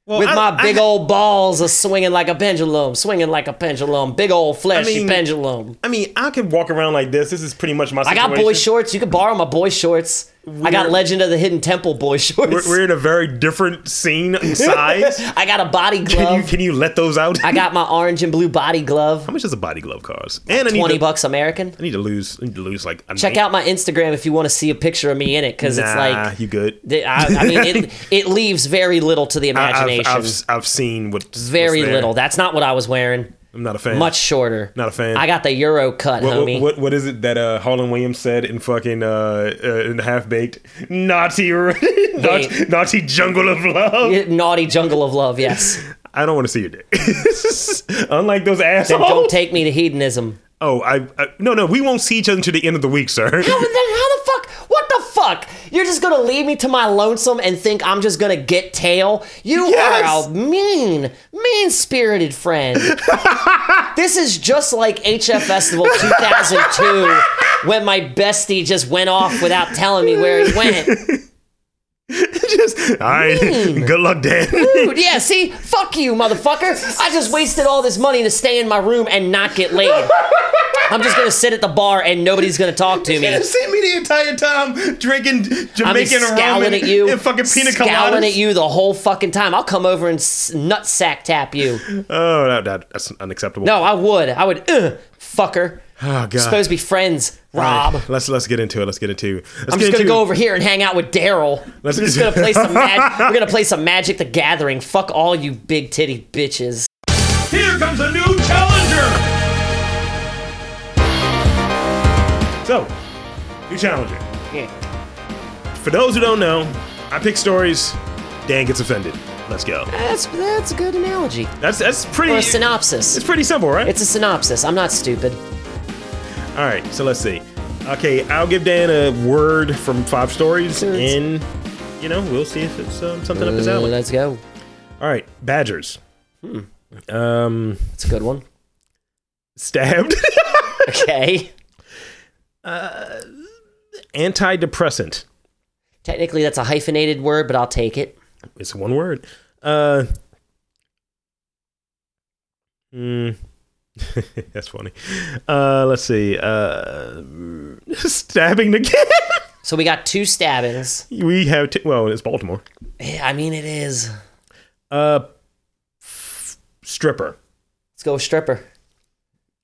A: well,
B: with
A: I-
B: my big
A: I,
B: old balls are swinging like a pendulum, swinging like a pendulum, big old fleshy
A: mean,
B: pendulum.
A: I mean, I could walk around like this. This is pretty much my.
B: I
A: Situation.
B: got boy shorts. You can borrow my boy shorts. I
A: We're-
B: got Legend of the Hidden Temple boy (laughs) shorts.
A: We're, we're in a very different scene
B: (laughs)
A: and size.
B: I got a body
A: Can you
B: glove.
A: can you let those out?
B: I got my orange and blue body
A: (laughs)
B: glove.
A: How much does a body glove cost? And I need
B: Twenty
A: to,
B: bucks American.
A: I need to lose. I need to lose like. A
B: Check out my Instagram if you want to see a picture of me in it, because
A: Nah,
B: it's like
A: you good.
B: th- I, I mean,
A: (laughs)
B: it, it leaves very little to the
A: I've,
B: imagination.
A: I've, I've seen what
B: very little. That's not what I was wearing.
A: I'm not a fan.
B: Much shorter.
A: Not a fan.
B: I got the Euro cut,
A: What-
B: homie.
A: What, what what is it that uh Harlan Williams said in fucking uh, uh in half baked naughty (laughs) naughty,
B: Wait.
A: naughty jungle of love?
B: Yeah, Naughty jungle of
A: (laughs)
B: love. Yes.
A: I don't want to see your dick. (laughs) Unlike those assholes.
B: Don't take me to hedonism.
A: oh, I, I no no we won't see each other until the end of the week, sir.
B: How, then how the fuck? What the fuck? You're just gonna leave me to my lonesome and think I'm just gonna get tail? You
A: Yes.
B: are a mean, mean spirited friend. this is just like HF Festival 2002 when my bestie just went off without telling me where he went.
A: (laughs) Just all right. Good luck, Dan. (laughs)
B: Dude, yeah, see? Fuck you, motherfucker. I just wasted all this money to stay in my room and not get laid. I'm just gonna sit at the bar and nobody's gonna talk to me.
A: See me the entire time drinking
B: I'm
A: Jamaican rum
B: scowling
A: and,
B: at you,
A: and fucking pina
B: scowling
A: coladas.
B: at you the whole fucking time. I'll come over and s- nutsack tap you.
A: Oh, that, that, that's unacceptable.
B: No, I would. I would. Ugh, fucker.
A: Oh God.
B: Supposed to be friends,
A: All
B: Rob.
A: right, let's let's get into it. Let's get into. Let's
B: I'm
A: get
B: just gonna
A: into,
B: go over here and hang out with Daryl. We're
A: Let's-
B: just gonna
A: (laughs)
B: play some. Mag- we're gonna play some Magic the Gathering. Fuck all you big titty bitches.
A: Here comes a new challenger. So, new challenger.
B: Yeah.
A: For those who don't know, I pick stories. Dan gets offended. Let's go.
B: That's that's a good analogy.
A: That's that's pretty. (laughs)
B: Or a synopsis.
A: It's pretty simple, right?
B: It's a synopsis. I'm not stupid.
A: All right. So let's see. Okay, I'll give Dan a word from five stories,
B: Sure.
A: and you know we'll see if it's um, something up his
B: Uh, Hmm.
A: alley.
B: let's go.
A: All right, Badgers. Um,
B: It's a good one.
A: stabbed.
B: Okay.
A: (laughs) antidepressant.
B: (laughs) Technically, that's a hyphenated word, but I'll take it.
A: It's one word. Uh, mm, (laughs) that's funny. Uh, let's see. Uh, (laughs) stabbing again. (laughs)
B: So we got two stabbings.
A: we have t- well, it's Baltimore.
B: Eh, I mean, it is.
A: Uh, stripper.
B: Let's go with stripper.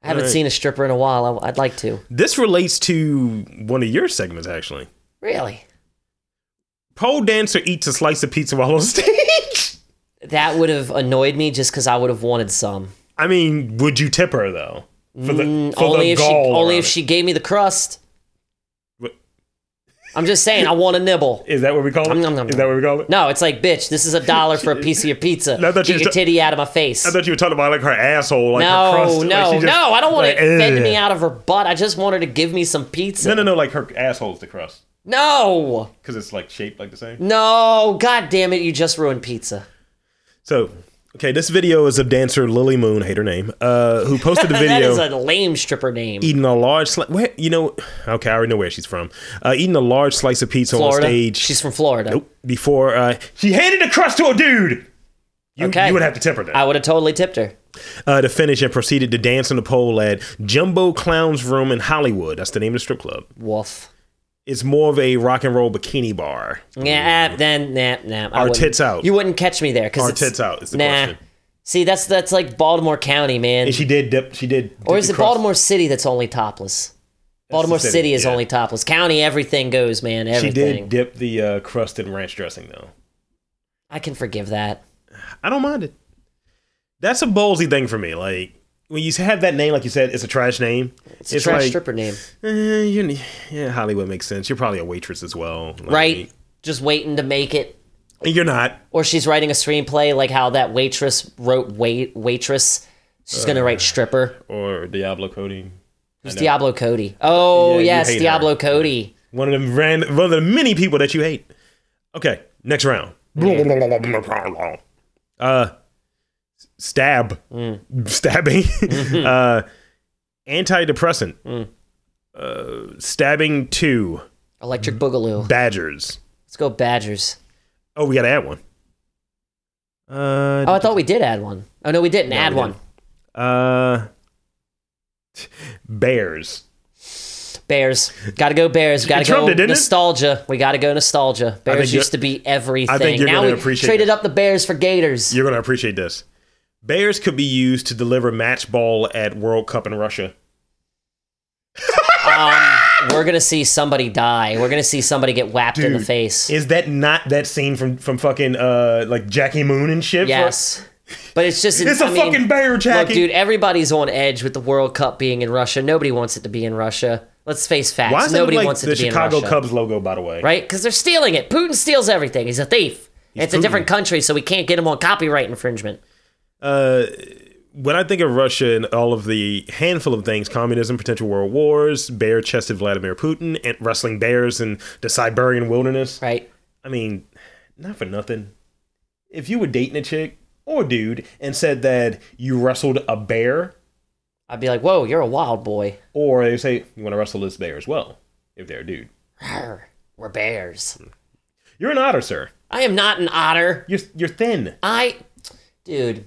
B: I haven't
A: Alright.
B: seen a stripper in a while. I, I'd like to.
A: This relates to one of your segments, actually.
B: Really?
A: Pole dancer eats a slice of pizza while on (laughs) stage.
B: That would have annoyed me just because I would have wanted some.
A: I mean, would you tip her though? For the,
B: Mm,
A: for
B: only
A: the
B: if she
A: gall
B: only
A: around
B: if
A: it.
B: she gave me the crust.
A: What-
B: I'm just saying, I want a nibble.
A: Is that what we call it?
B: Nom, nom, nom,
A: Is that what we call it?
B: No, it's like, bitch, this is a
A: (laughs)
B: dollar for a piece of your pizza.
A: No, I thought you
B: Get your
A: was ta-
B: titty out of my face.
A: I thought you were talking about like her asshole, like
B: no,
A: her crust. like,
B: no,
A: she just-
B: no! I don't want
A: like,
B: it bending
A: ugh.
B: me out of her butt. I just want her to give me some pizza.
A: No, no, no! Like her asshole's the crust
B: No,
A: because it's like shaped like the same.
B: no! God damn it! You just ruined pizza.
A: So, okay, this video is of dancer Lily Moon, hate her name, uh, who posted a
B: (laughs) That
A: video
B: is a lame stripper name.
A: eating a large slice. Where you know? Okay, I already know where she's from. Uh, eating a large slice of pizza
B: Florida.
A: on stage.
B: She's from Florida.
A: Nope. Before uh, she handed a crust to a dude. You,
B: Okay.
A: you would have to tip her
B: I
A: down
B: would have totally tipped her.
A: uh, to finish and proceeded to dance on the pole at Jumbo Clown's Room in Hollywood. That's the name of the strip club.
B: Wolf.
A: It's more of a rock and roll bikini bar.
B: Yeah, ah, then nah, nah. I
A: Our
B: wouldn't.
A: tits out.
B: You wouldn't catch me there because
A: Our tits out is the
B: nah.
A: question.
B: See, that's that's like Baltimore County, man.
A: And she did dip. She did. dip
B: Mm-hmm. or is
A: the
B: it
A: crust.
B: Baltimore City that's only topless? Baltimore
A: city,
B: City, is
A: yeah.
B: only topless. County, everything goes, man.
A: She did
B: Everything.
A: dip the uh, crust in ranch dressing though.
B: I can forgive that.
A: I don't mind it. That's a ballsy thing for me. Like when you have that name, like you said, it's a trash name.
B: It's a trash
A: like,
B: stripper name,
A: eh, you yeah, Hollywood makes sense. You're probably a waitress as well, Like,
B: right? Just waiting to make it.
A: You're not.
B: Or she's writing a screenplay like how that waitress wrote wait waitress. She's
A: Uh.
B: gonna write stripper.
A: or Diablo Cody.
B: It's Diablo Cody. Oh
A: Yeah, you
B: yes,
A: hate her.
B: Diablo Cody.
A: One of them ran one of the many people that you hate. Okay, next round. Uh stab.
B: Mm.
A: Stabbing. (laughs)
B: Mm-hmm.
A: uh antidepressant.
B: Mm.
A: Uh stabbing two
B: Electric Boogaloo.
A: badgers.
B: Let's go Badgers.
A: Oh, we gotta add one. Uh
B: Oh, I thought we did add one. Oh no, we didn't
A: No,
B: add
A: we
B: one.
A: uh bears.
B: Bears. Gotta go Bears. Gotta go
A: trumped it, didn't it?
B: nostalgia. We gotta go nostalgia. Bears
A: think you're-
B: used to be everything.
A: you're
B: now
A: gonna
B: we
A: appreciate
B: traded up the Bears for Gators.
A: You're gonna appreciate this. Bears could be used to deliver match ball at World Cup in Russia.
B: Um, we're gonna see somebody die. We're gonna see somebody get whapped in the
A: Dude,
B: face.
A: Is that not that scene from from fucking uh like Jackie Moon and shit?
B: Yes. But it's just
A: it's
B: a
A: a fucking bear,
B: Look,
A: Jackie.
B: dude, everybody's on edge with the World Cup being in Russia. Nobody wants it to be in Russia. Let's face facts.
A: Why is
B: Nobody
A: it like
B: wants it
A: the
B: to be
A: Chicago
B: in Russia.
A: Cubs logo? By the way,
B: Right? Because they're stealing it. Putin steals everything. He's a thief. it's
A: Putin.
B: a different country, so we can't get him on copyright infringement.
A: Uh, when I think of Russia and all of the handful of things communism, potential world wars, bare chested Vladimir Putin, and wrestling bears in the Siberian wilderness.
B: Right?
A: I mean, not for nothing. If you were dating a chick or dude and said that you wrestled a bear,
B: I'd be like, whoa, you're a wild boy.
A: or they say you want to wrestle this bear as well, if they're a dude,
B: Arr, we're bears.
A: you're an otter, sir.
B: I am not an otter.
A: You're you're thin.
B: I, dude,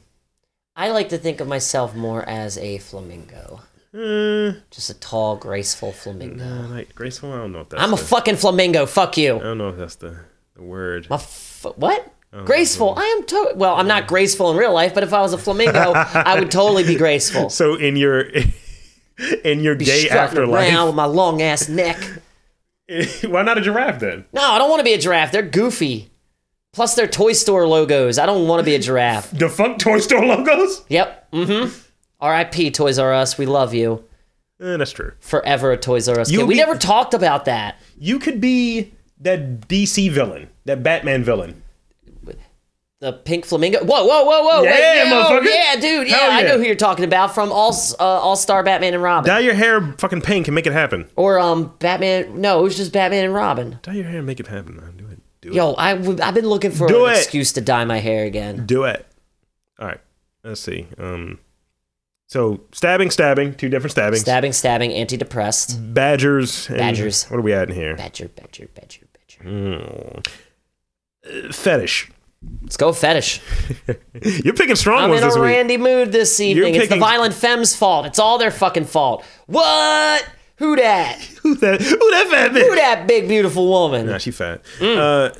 B: I like to think of myself more as a flamingo.
A: Uh,
B: Just a tall, graceful flamingo.
A: Uh, like graceful. I don't know if that's.
B: I'm a
A: the,
B: fucking flamingo. Fuck you.
A: I don't know if that's the, the word.
B: My f- what? graceful. I am to- well. I'm not graceful in real life, but if I was a flamingo, I would totally be graceful.
A: So in your (laughs) in your gay
B: Strutting around
A: afterlife,
B: with my long ass neck.
A: (laughs) why not a giraffe then?
B: No, I don't want to be a giraffe. They're goofy. Plus, they're Toy Store logos. I don't want to be a giraffe.
A: Defunct Toy Store logos.
B: Yep. Mm-hmm. R.I.P. Toys R Us. We love you.
A: Eh, that's true.
B: Forever a Toys R Us.
A: You'll
B: kid. We
A: be-
B: never talked about that.
A: You could be that DC villain, that Batman villain.
B: The pink flamingo. Whoa, whoa, whoa, whoa!
A: Yeah,
B: wait, yo,
A: motherfucker.
B: Yeah, dude. Yeah,
A: Hell
B: I
A: yeah.
B: know who you're talking about from All uh, All Star Batman and Robin,
A: Dye your hair fucking pink and make it happen.
B: or um Batman. No, it was just Batman and Robin.
A: Dye your hair and make it happen, man. Do it. Do it.
B: Yo, I w- I've been looking for
A: Do
B: an
A: it.
B: excuse to dye my hair again.
A: Do it. All right. Let's see. Um. So stabbing, stabbing, two different stabbings.
B: Stabbing, stabbing, antidepressed.
A: Mm. Badgers. and-
B: Badgers.
A: What are we at in here?
B: Badger, badger, badger, badger.
A: Mm. Uh, Fetish. (laughs)
B: Let's go fetish.
A: You're picking strong
B: I'm
A: ones
B: in a
A: this week.
B: randy mood this evening. It's the
A: picking-
B: violent femme's fault. It's all their fucking fault. What? Who dat?
A: Who that? Who that fat bitch?
B: Who Mm. dat big beautiful
A: Nah,
B: woman?
A: she fat. Uh,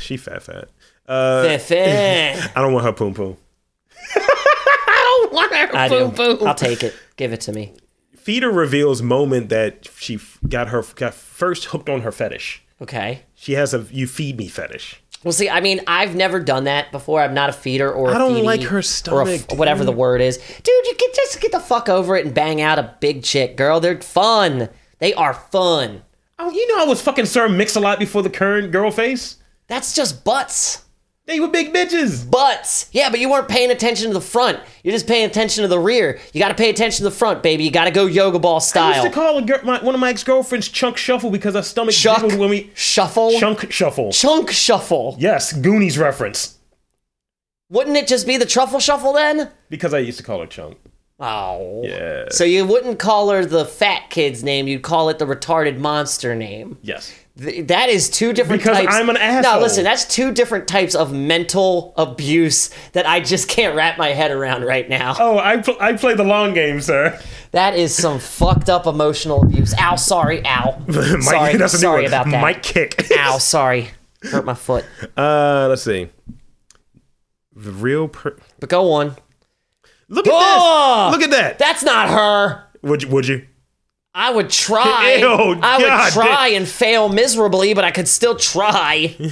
A: she fat fat. Uh,
B: Feh, feh.
A: I don't want her poom poom.
B: eh?
A: (laughs)
B: I do. I'll take it. Give it to me.
A: Feeder reveals moment that she f- got her got first hooked on her fetish.
B: Okay.
A: She has a you feed me fetish.
B: Well, see, I mean, I've never done that before. I'm not a feeder or I
A: I
B: a
A: don't
B: feedy
A: like her
B: or a
A: stomach,
B: f- whatever the word is, dude. You get just get the fuck over it and bang out a big chick, girl. They're fun. They are fun.
A: Oh, you know I was fucking Sir Mix a lot before the current girl face.
B: That's just butts.
A: They were big bitches.
B: Butts. Yeah, but you weren't paying attention to the front. You're just paying attention to the rear. You got to pay attention to the front, baby. You got to go yoga ball
A: I used
B: style.
A: to call a gir- my, one of my ex girlfriends Chunk Shuffle because her stomach
B: Chuck
A: jiggled when we
B: shuffle.
A: Chunk Shuffle.
B: Chunk shuffle.
A: yes, Goonies reference
B: Wouldn't it just be the truffle shuffle then?
A: because I used to call her Chunk.
B: Oh.
A: Yeah.
B: So you wouldn't call her the fat kid's name. You'd call it the retarded monster name.
A: Yes.
B: Th- that is two different
A: Because
B: types.
A: I'm an
B: No,
A: asshole.
B: listen, that's two different types of mental abuse that I just can't wrap my head around right now.
A: Oh, I pl- I play the long game, (laughs) sir.
B: That is some fucked up emotional abuse. Ow,
A: (laughs)
B: sorry, ow.
A: Mike,
B: sorry,
A: that's a new
B: sorry
A: one.
B: about that.
A: Mike kick.
B: Ow, sorry. Hurt my foot.
A: Uh, let's see. The real per-
B: But go on.
A: look at
B: Oh!
A: this. Look at that.
B: That's not her.
A: Would you? Would you?
B: I would try.
A: (laughs) Ew,
B: I would
A: God
B: try and fail miserably, but I could still try.
A: (laughs) I'm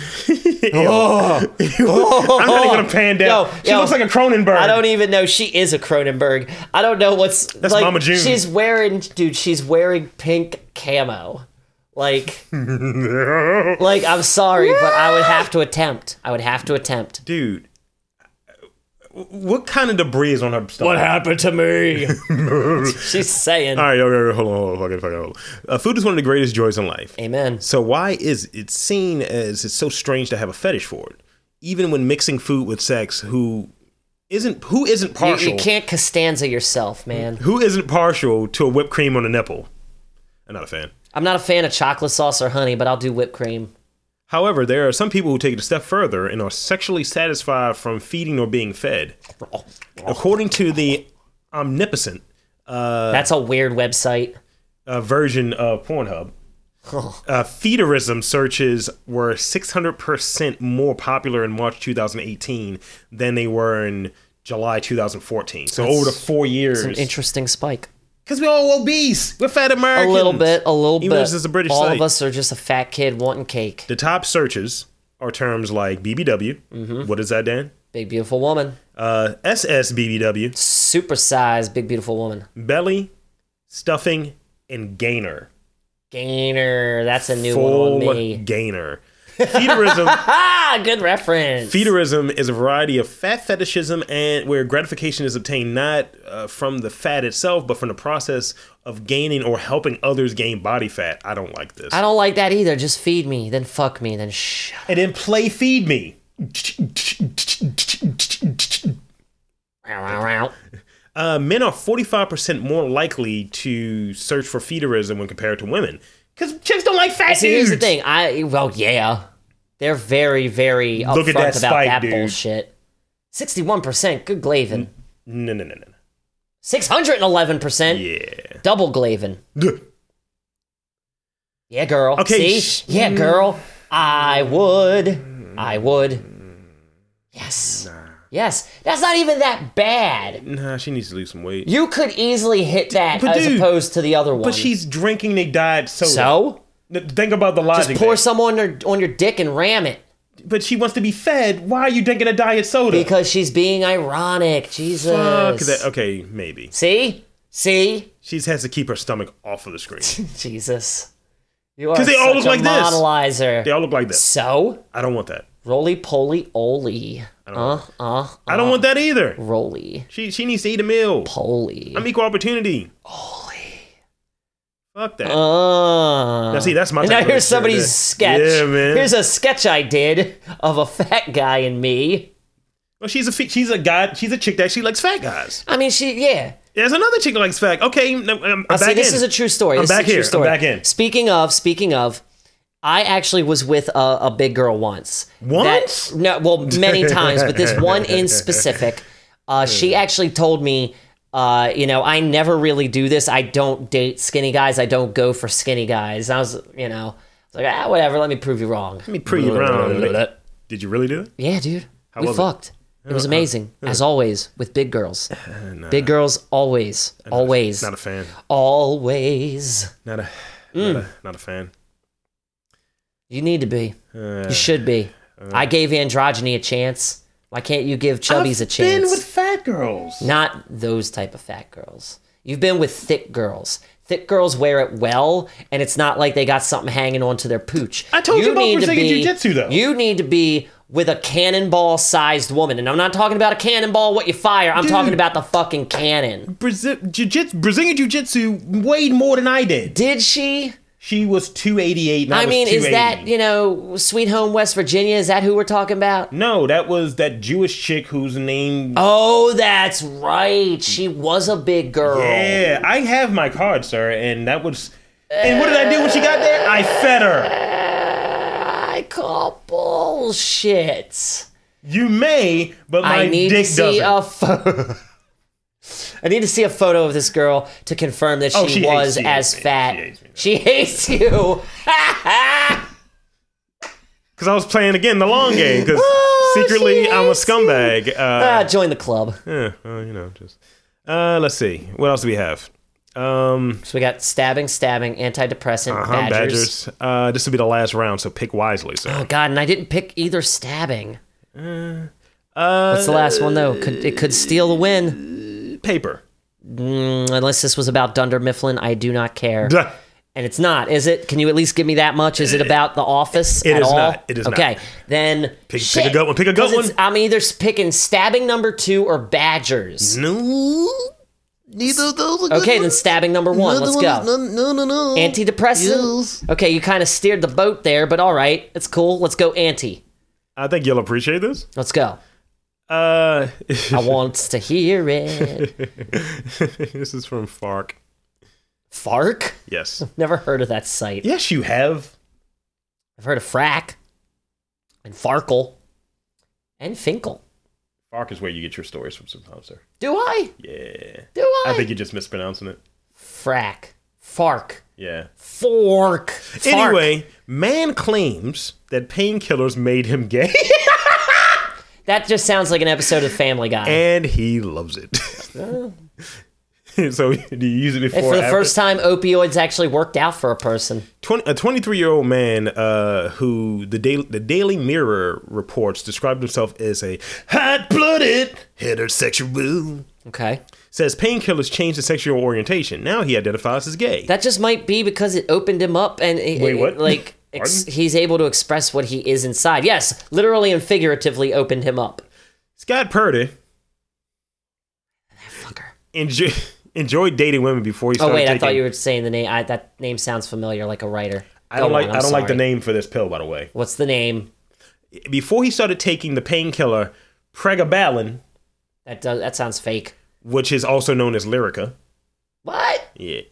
A: not even gonna pan down.
B: Yo,
A: she
B: yo.
A: looks like a Cronenberg.
B: I don't e- even know she is a Cronenberg. I don't know what's that's like,
A: Mama June.
B: She's wearing, dude. She's wearing pink camo.
A: (laughs)
B: Like, like I'm sorry, but I would have to attempt. I would have to attempt.
A: Dude, what kind of debris is on her stomach?
B: happened to me? she's
A: (laughs)
B: saying,
A: All right, yo, yo, yo, hold on, hold on, fucking, fucking, hold on. Uh, food is one of the greatest joys in life.
B: "Amen."
A: So why is it seen as it's so strange to have a fetish for it, even when mixing food with sex? Who isn't who isn't
B: You,
A: partial?
B: you can't Costanza yourself, man.
A: who isn't partial to a whipped cream on a nipple? I'm not a fan.
B: I'm not a fan of chocolate sauce or honey, but I'll do whipped cream.
A: However, there are some people who take it a step further and are sexually satisfied from feeding or being fed. According to the omnipotent
B: That's a weird website.
A: uh, version of
B: (laughs)
A: Pornhub, uh, feederism searches were 600% more popular in March 2018 than they were in July 2014. So over the four years.
B: An interesting spike.
A: Because we're all obese. We're fat
B: A
A: Americans.
B: little bit, a little
A: Even
B: bit.
A: though this is a British
B: All
A: site.
B: of us are just a fat kid wanting cake.
A: The top searches are terms like BBW.
B: Mm-hmm.
A: What is that, Dan?
B: Big beautiful woman.
A: Uh, SSBBW.
B: Super size, big beautiful woman.
A: belly, stuffing, and gainer.
B: Gainer. That's a new one on
A: Full
B: me.
A: gainer.
B: (laughs)
A: Feederism,
B: Ah, good reference.
A: feederism is a variety of fat fetishism and where gratification is obtained not uh, from the fat itself, but from the process of gaining or helping others gain body fat. I don't like this.
B: I don't like that either. Just feed me, then fuck me, then shh.
A: and then play feed me. Uh, men are 45% more likely to search for feederism when compared to women. Because chicks don't like fat
B: See,
A: dudes.
B: here's the thing. I well, yeah, they're very, very upfront
A: Look at
B: about
A: that spike,
B: that
A: dude.
B: bullshit. Sixty-one percent, good glavin.
A: No, no, no, no, no.
B: Six hundred and eleven percent,
A: Yeah.
B: double glavin. Yeah, girl.
A: Okay,
B: See?
A: sh- mm.
B: yeah, girl. I would. I would. Yes. Yes. That's not even that bad.
A: Nah, she needs to lose some weight.
B: You could easily hit that
A: but
B: as
A: dude-
B: opposed to the other one.
A: But she's drinking the diet soda.
B: so
A: N- Think about the
B: just
A: logic.
B: pour
A: there.
B: some on your on your dick and ram it
A: But she wants to be fed. Why are you drinking a diet soda?
B: because she's being ironic. Jesus.
A: Fuck that. Okay, maybe
B: See. See. (laughs)
A: she has to keep her stomach off of the screen.
B: Jesus. You are
A: 'Cause they
B: such
A: all look
B: a
A: like this.
B: modelizer.
A: they all look like this.
B: So
A: I don't want that.
B: roly poly oly. Uh uh
A: I don't want that either.
B: roly
A: She she needs to eat a meal.
B: poly.
A: I'm equal opportunity. Holy. Fuck that.
B: Uh,
A: Now, see, that's my
B: And
A: type
B: now
A: of
B: here's
A: shit,
B: somebody's
A: yeah.
B: sketch.
A: Yeah, man.
B: Here's a sketch I did of a fat guy and me.
A: Well, she's a fe- she's a guy. She's a chick that she likes fat guys.
B: I mean, she yeah.
A: There's another chick that likes fat. Okay, no, I'm, I'm
B: See,
A: back
B: this
A: in.
B: is a true story.
A: I'm
B: This is a
A: back
B: true
A: here. I'm
B: story.
A: back in.
B: Speaking of, speaking of, I actually was with a, a big girl once.
A: Once?
B: That, no, well, many times, but this
A: (laughs)
B: one in specific, uh, she actually told me, uh, you know, I never really do this. I don't date skinny guys. I don't go for skinny guys. I was, you know, I was like, ah, whatever. Let me prove you wrong.
A: Let me pretty around.
C: that.
A: Did you really do it?
B: Yeah, dude. we
A: was it? Uh,
B: fucked. It? was amazing, as always, with
A: (laughs)
B: big girls. Big girls always, always,
A: Not a fan.
B: always.
A: Not a
B: Mm.
A: not, a, not a fan.
B: You need to be.
A: Uh,
B: You should be. I gave androgyny a chance. Why can't you give chubbies a
A: Been
B: chance?
A: with fat girls.
B: Not those type of fat girls. You've been with thick girls. Thick girls wear it well, and it's not like they got something hanging onto their pooch.
A: I told you about
B: need to
A: Brazilian
B: be-
A: jiu-jitsu, though.
B: You need to be with a cannonball-sized woman, and I'm not talking about a cannonball what you fire. I'm talking about the fucking cannon.
A: Brazil, jiu-jitsu, Brazilian jiu-jitsu weighed more than I did.
B: Did she?
A: She was 288 and I,
B: I
A: was
B: mean, is that
A: 280.
B: you know, Sweet Home West Virginia? Is that who we're talking about?
A: No, that was that Jewish chick whose name
B: Oh, that's right. She was a big girl.
A: Yeah, I have my card, sir, and that was And what did I do when she got there? I fed her.
B: I call bullshit.
A: You may, but my
B: I need to
A: dick
B: see oh.
A: doesn't.
B: a photo. (laughs) I need to see a photo of this girl to confirm that she,
A: Oh, she hates-
B: was
A: she hates
B: as
A: me.
B: fat.
A: She hates me now.
B: She hates you. (laughs)
A: Cuz I was playing again the long game cuz
B: (laughs) Oh,
A: secretly
B: she
A: I'm a
B: hates you.
A: scumbag. Uh,
B: Ah, join the club.
A: yeah, well, you know, just uh, let's see. What else do we have? Um,
B: So we got stabbing, stabbing, antidepressant,
A: uh-huh,
B: badgers.
A: Badgers. Uh, this will be the last round, so pick wisely, sir.
B: (gasps) Oh God, and I didn't pick either stabbing.
A: Uh,
B: That's the last one though. Could, it could steal the win.
A: paper.
B: Mm, unless this was about Dunder Mifflin, I do not care.
A: Duh.
B: And it's not, is it? Can you at least give me that much? Is it about the office?
A: It
B: at
A: is
B: all?
A: not. It is not.
B: Okay, then
A: Pick- pick a
B: shit.
A: good one. Pick a good
B: 'Cause it's-
A: one.
B: I'm either s- picking stabbing number two or badgers.
C: No, neither of those. Are
B: Okay, then stabbing number one. Let's go.
C: No, no, no.
B: Antidepressant. Okay, you kind of steered the boat there, but all right, it's cool. Let's go anti.
A: I think you'll appreciate this.
B: Let's go.
A: Uh, (laughs)
B: I want to hear it.
A: this is from Fark.
B: Fark? (laughs)
A: Yes.
B: Never heard of that site.
A: Yes, you have.
B: I've heard of frack and farkle and finkel.
A: Fark is where you get your stories from sometimes, sir.
B: Do I?
A: Yeah.
B: Do I?
A: I think you're just mispronouncing it.
B: frack, fark.
A: Yeah.
B: Fork. Fark.
A: Anyway, man claims that painkillers made him gay (laughs)
B: that just sounds like an episode of Family Guy.
A: and he loves it. (laughs) so do you use it
B: uh, And
A: before
B: for the
A: after?
B: first time, opioids actually worked out for a person.
A: 20, a 23 year old man uh, who the Daily, the Daily Mirror reports described himself as a hot blooded heterosexual.
B: Okay.
A: Says painkillers changed his sexual orientation. Now he identifies as gay.
B: That just might be because it opened him up and it,
A: Wait,
B: it-
A: what? (laughs)
B: like ex- he's able to express what he is inside. Yes, literally and figuratively opened him up.
A: Scott Purdy
B: Fucker.
A: enjoy, (laughs) enjoyed dating women before he
B: Oh
A: started.
B: wait, I
A: taking-
B: thought you were saying the name. I, that name sounds familiar, like a writer.
A: I don't
B: Go
A: like.
B: on,
A: I
B: Oh, I'm
A: don't like the
B: sorry.
A: name for this pill, by the way.
B: What's the name?
A: Before he started taking the painkiller pregabalin,
B: That does, that sounds fake.
A: which is also known as Lyrica.
B: What?
A: Yeah,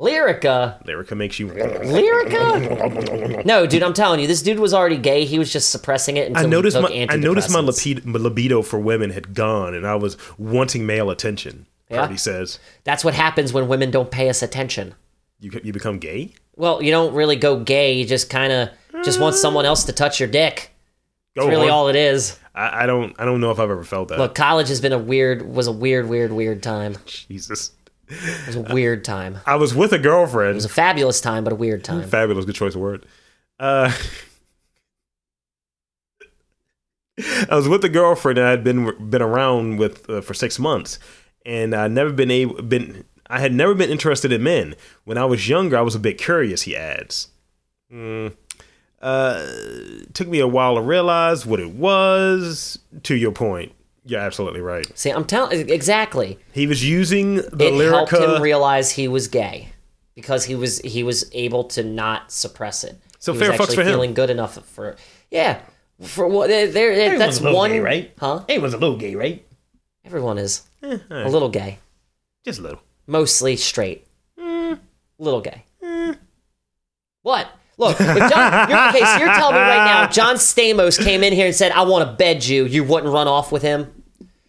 B: Lyrica.
A: Lyrica makes you.
B: Lyrica? (laughs) No, dude, I'm telling you, this dude was already gay. He was just suppressing it
A: I
B: until
A: noticed
B: he
A: my
B: took
A: I noticed my
B: antidepressants.
A: libido, my libido for women had gone, and I was wanting male attention.
B: Yeah.
A: Purdy says,
B: That's what happens when women don't pay us attention.
A: "You you become gay?
B: Well, you don't really go gay. You just kind of just want someone else to touch your dick.
A: Go
B: That's really
A: on.
B: all it is.
A: I, I don't I don't know if I've ever felt that.
B: Look, college has been a weird was a weird weird weird time.
A: Jesus,
B: It was a weird time. It
A: I was with a girlfriend.
B: was a fabulous time, but a weird time.
A: Fabulous, good choice of word. Uh, (laughs) I was with a girlfriend I had been been around with uh, for six months, and I never been able been I had never been interested in men. When I was younger, I was a bit curious. He adds. Mm. Uh, took me a while to realize what it was. To your point, you're absolutely right.
B: See, I'm telling exactly.
A: He was using the
B: It helped him
A: lyrica.
B: realize he was gay because he was he was able to not suppress it.
A: So
B: he
A: fair
B: was
A: fucks
B: actually
A: for him.
B: feeling good enough for yeah. For what? There, there-
D: Everyone's
B: that's
D: a little
B: one,
D: gay, right?
B: Huh?
D: Anyone's a little gay, right?
B: Everyone is
D: Eh, all right.
B: a little gay,
D: Just a little.
B: mostly straight. Mm. Little gay. Mm. What? Look, if John, you're, okay, so you're telling me
A: (laughs)
B: right now, if John Stamos came in here and said, "I want to bed you," you wouldn't run off with him.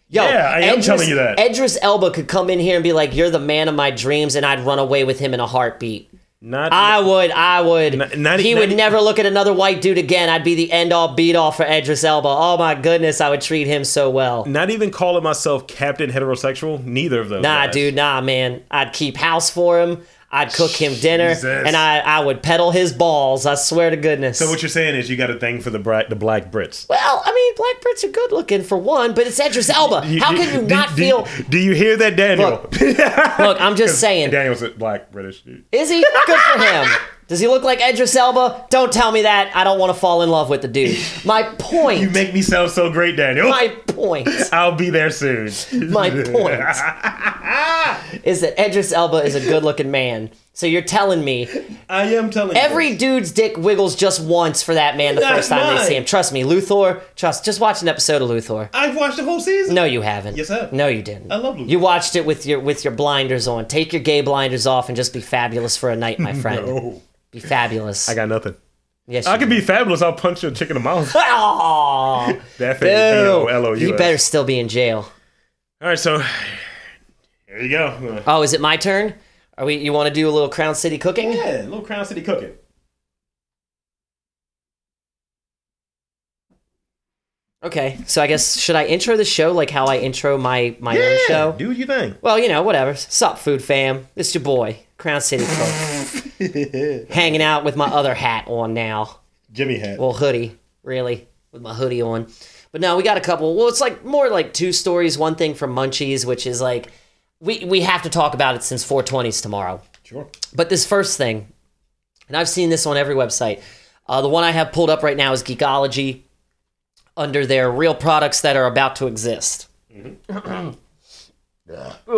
B: Yo,
A: Yeah, I am telling you that.
B: Edris Elba could come in here and be like, "You're the man of my dreams," and I'd run away with him in a heartbeat.
A: Not
B: I would, I would.
A: Not- not- e-,
B: he
A: not-
B: would never look at another white dude again. I'd be the end all beat all for Edris Elba. Oh my goodness, I would treat him so well.
A: not even calling myself Captain Heterosexual. Neither of those.
B: Nah,
A: guys.
B: dude, nah, man. I'd keep house for him. I'd cook him dinner,
A: Jesus.
B: and I, I would pedal his balls. I swear to goodness.
A: So what you're saying is you got a thing for the bra- the black Brits.
B: well, I mean, black Brits are good looking for one, but it's Edris Elba.
A: You-
B: How can you
A: do-
B: not
A: do- (laughs)
B: feel?
A: Do you hear that, Daniel?
B: Look, Look, I'm just
A: (laughs)
B: saying.
A: Daniel's a black British. dude.
B: Is he good for him? Does he look like Edris Elba? Don't tell me that. I don't want to fall in love with the dude. My point.
A: You make me sound so great, Daniel.
B: my point.
A: (laughs) I'll be there soon. (laughs)
B: My point is that Edris Elba is a good looking man. So you're telling me
A: I am telling
B: every
A: you.
B: dude's dick wiggles just once for that man the
A: That's
B: first time they
A: mine.
B: see him. Trust me, Luthor. Trust. Just watch an episode of Luthor.
A: I've watched the whole season.
B: No, you haven't.
A: Yes, I have.
B: No, you didn't. I
A: love Luthor.
B: You watched it with your with your blinders on. Take your gay blinders off and just be fabulous for a night, my friend.
A: (laughs) No.
B: Be fabulous.
A: I got nothing.
B: yes,
A: I
B: you
A: could be fabulous. I'll punch your chick in the mouth. (laughs)
B: (laughs) Aw,
A: That
B: boo.
A: L-O-U-S.
B: You better still be in jail.
A: All right, so here you go.
B: Oh, is it my turn? Are we? You want to do a little Crown City cooking?
A: Yeah, little Crown City cooking.
B: Okay, so I guess should I intro the show like how I intro my my own show?
A: do your thing.
B: Well, you know, whatever. Sup, food fam. It's your boy Crown City Cook, hanging out with my other hat on now.
A: Jimmy hat.
B: Well, hoodie, really, with my hoodie on. But no, we got a couple. Well, it's like more like two stories. One thing from Munchies, which is like we we have to talk about it since 420s tomorrow.
A: sure.
B: But this first thing, and I've seen this on every website. Uh, the one I have pulled up right now is Geekology under their real products that are about to exist. (coughs) oh,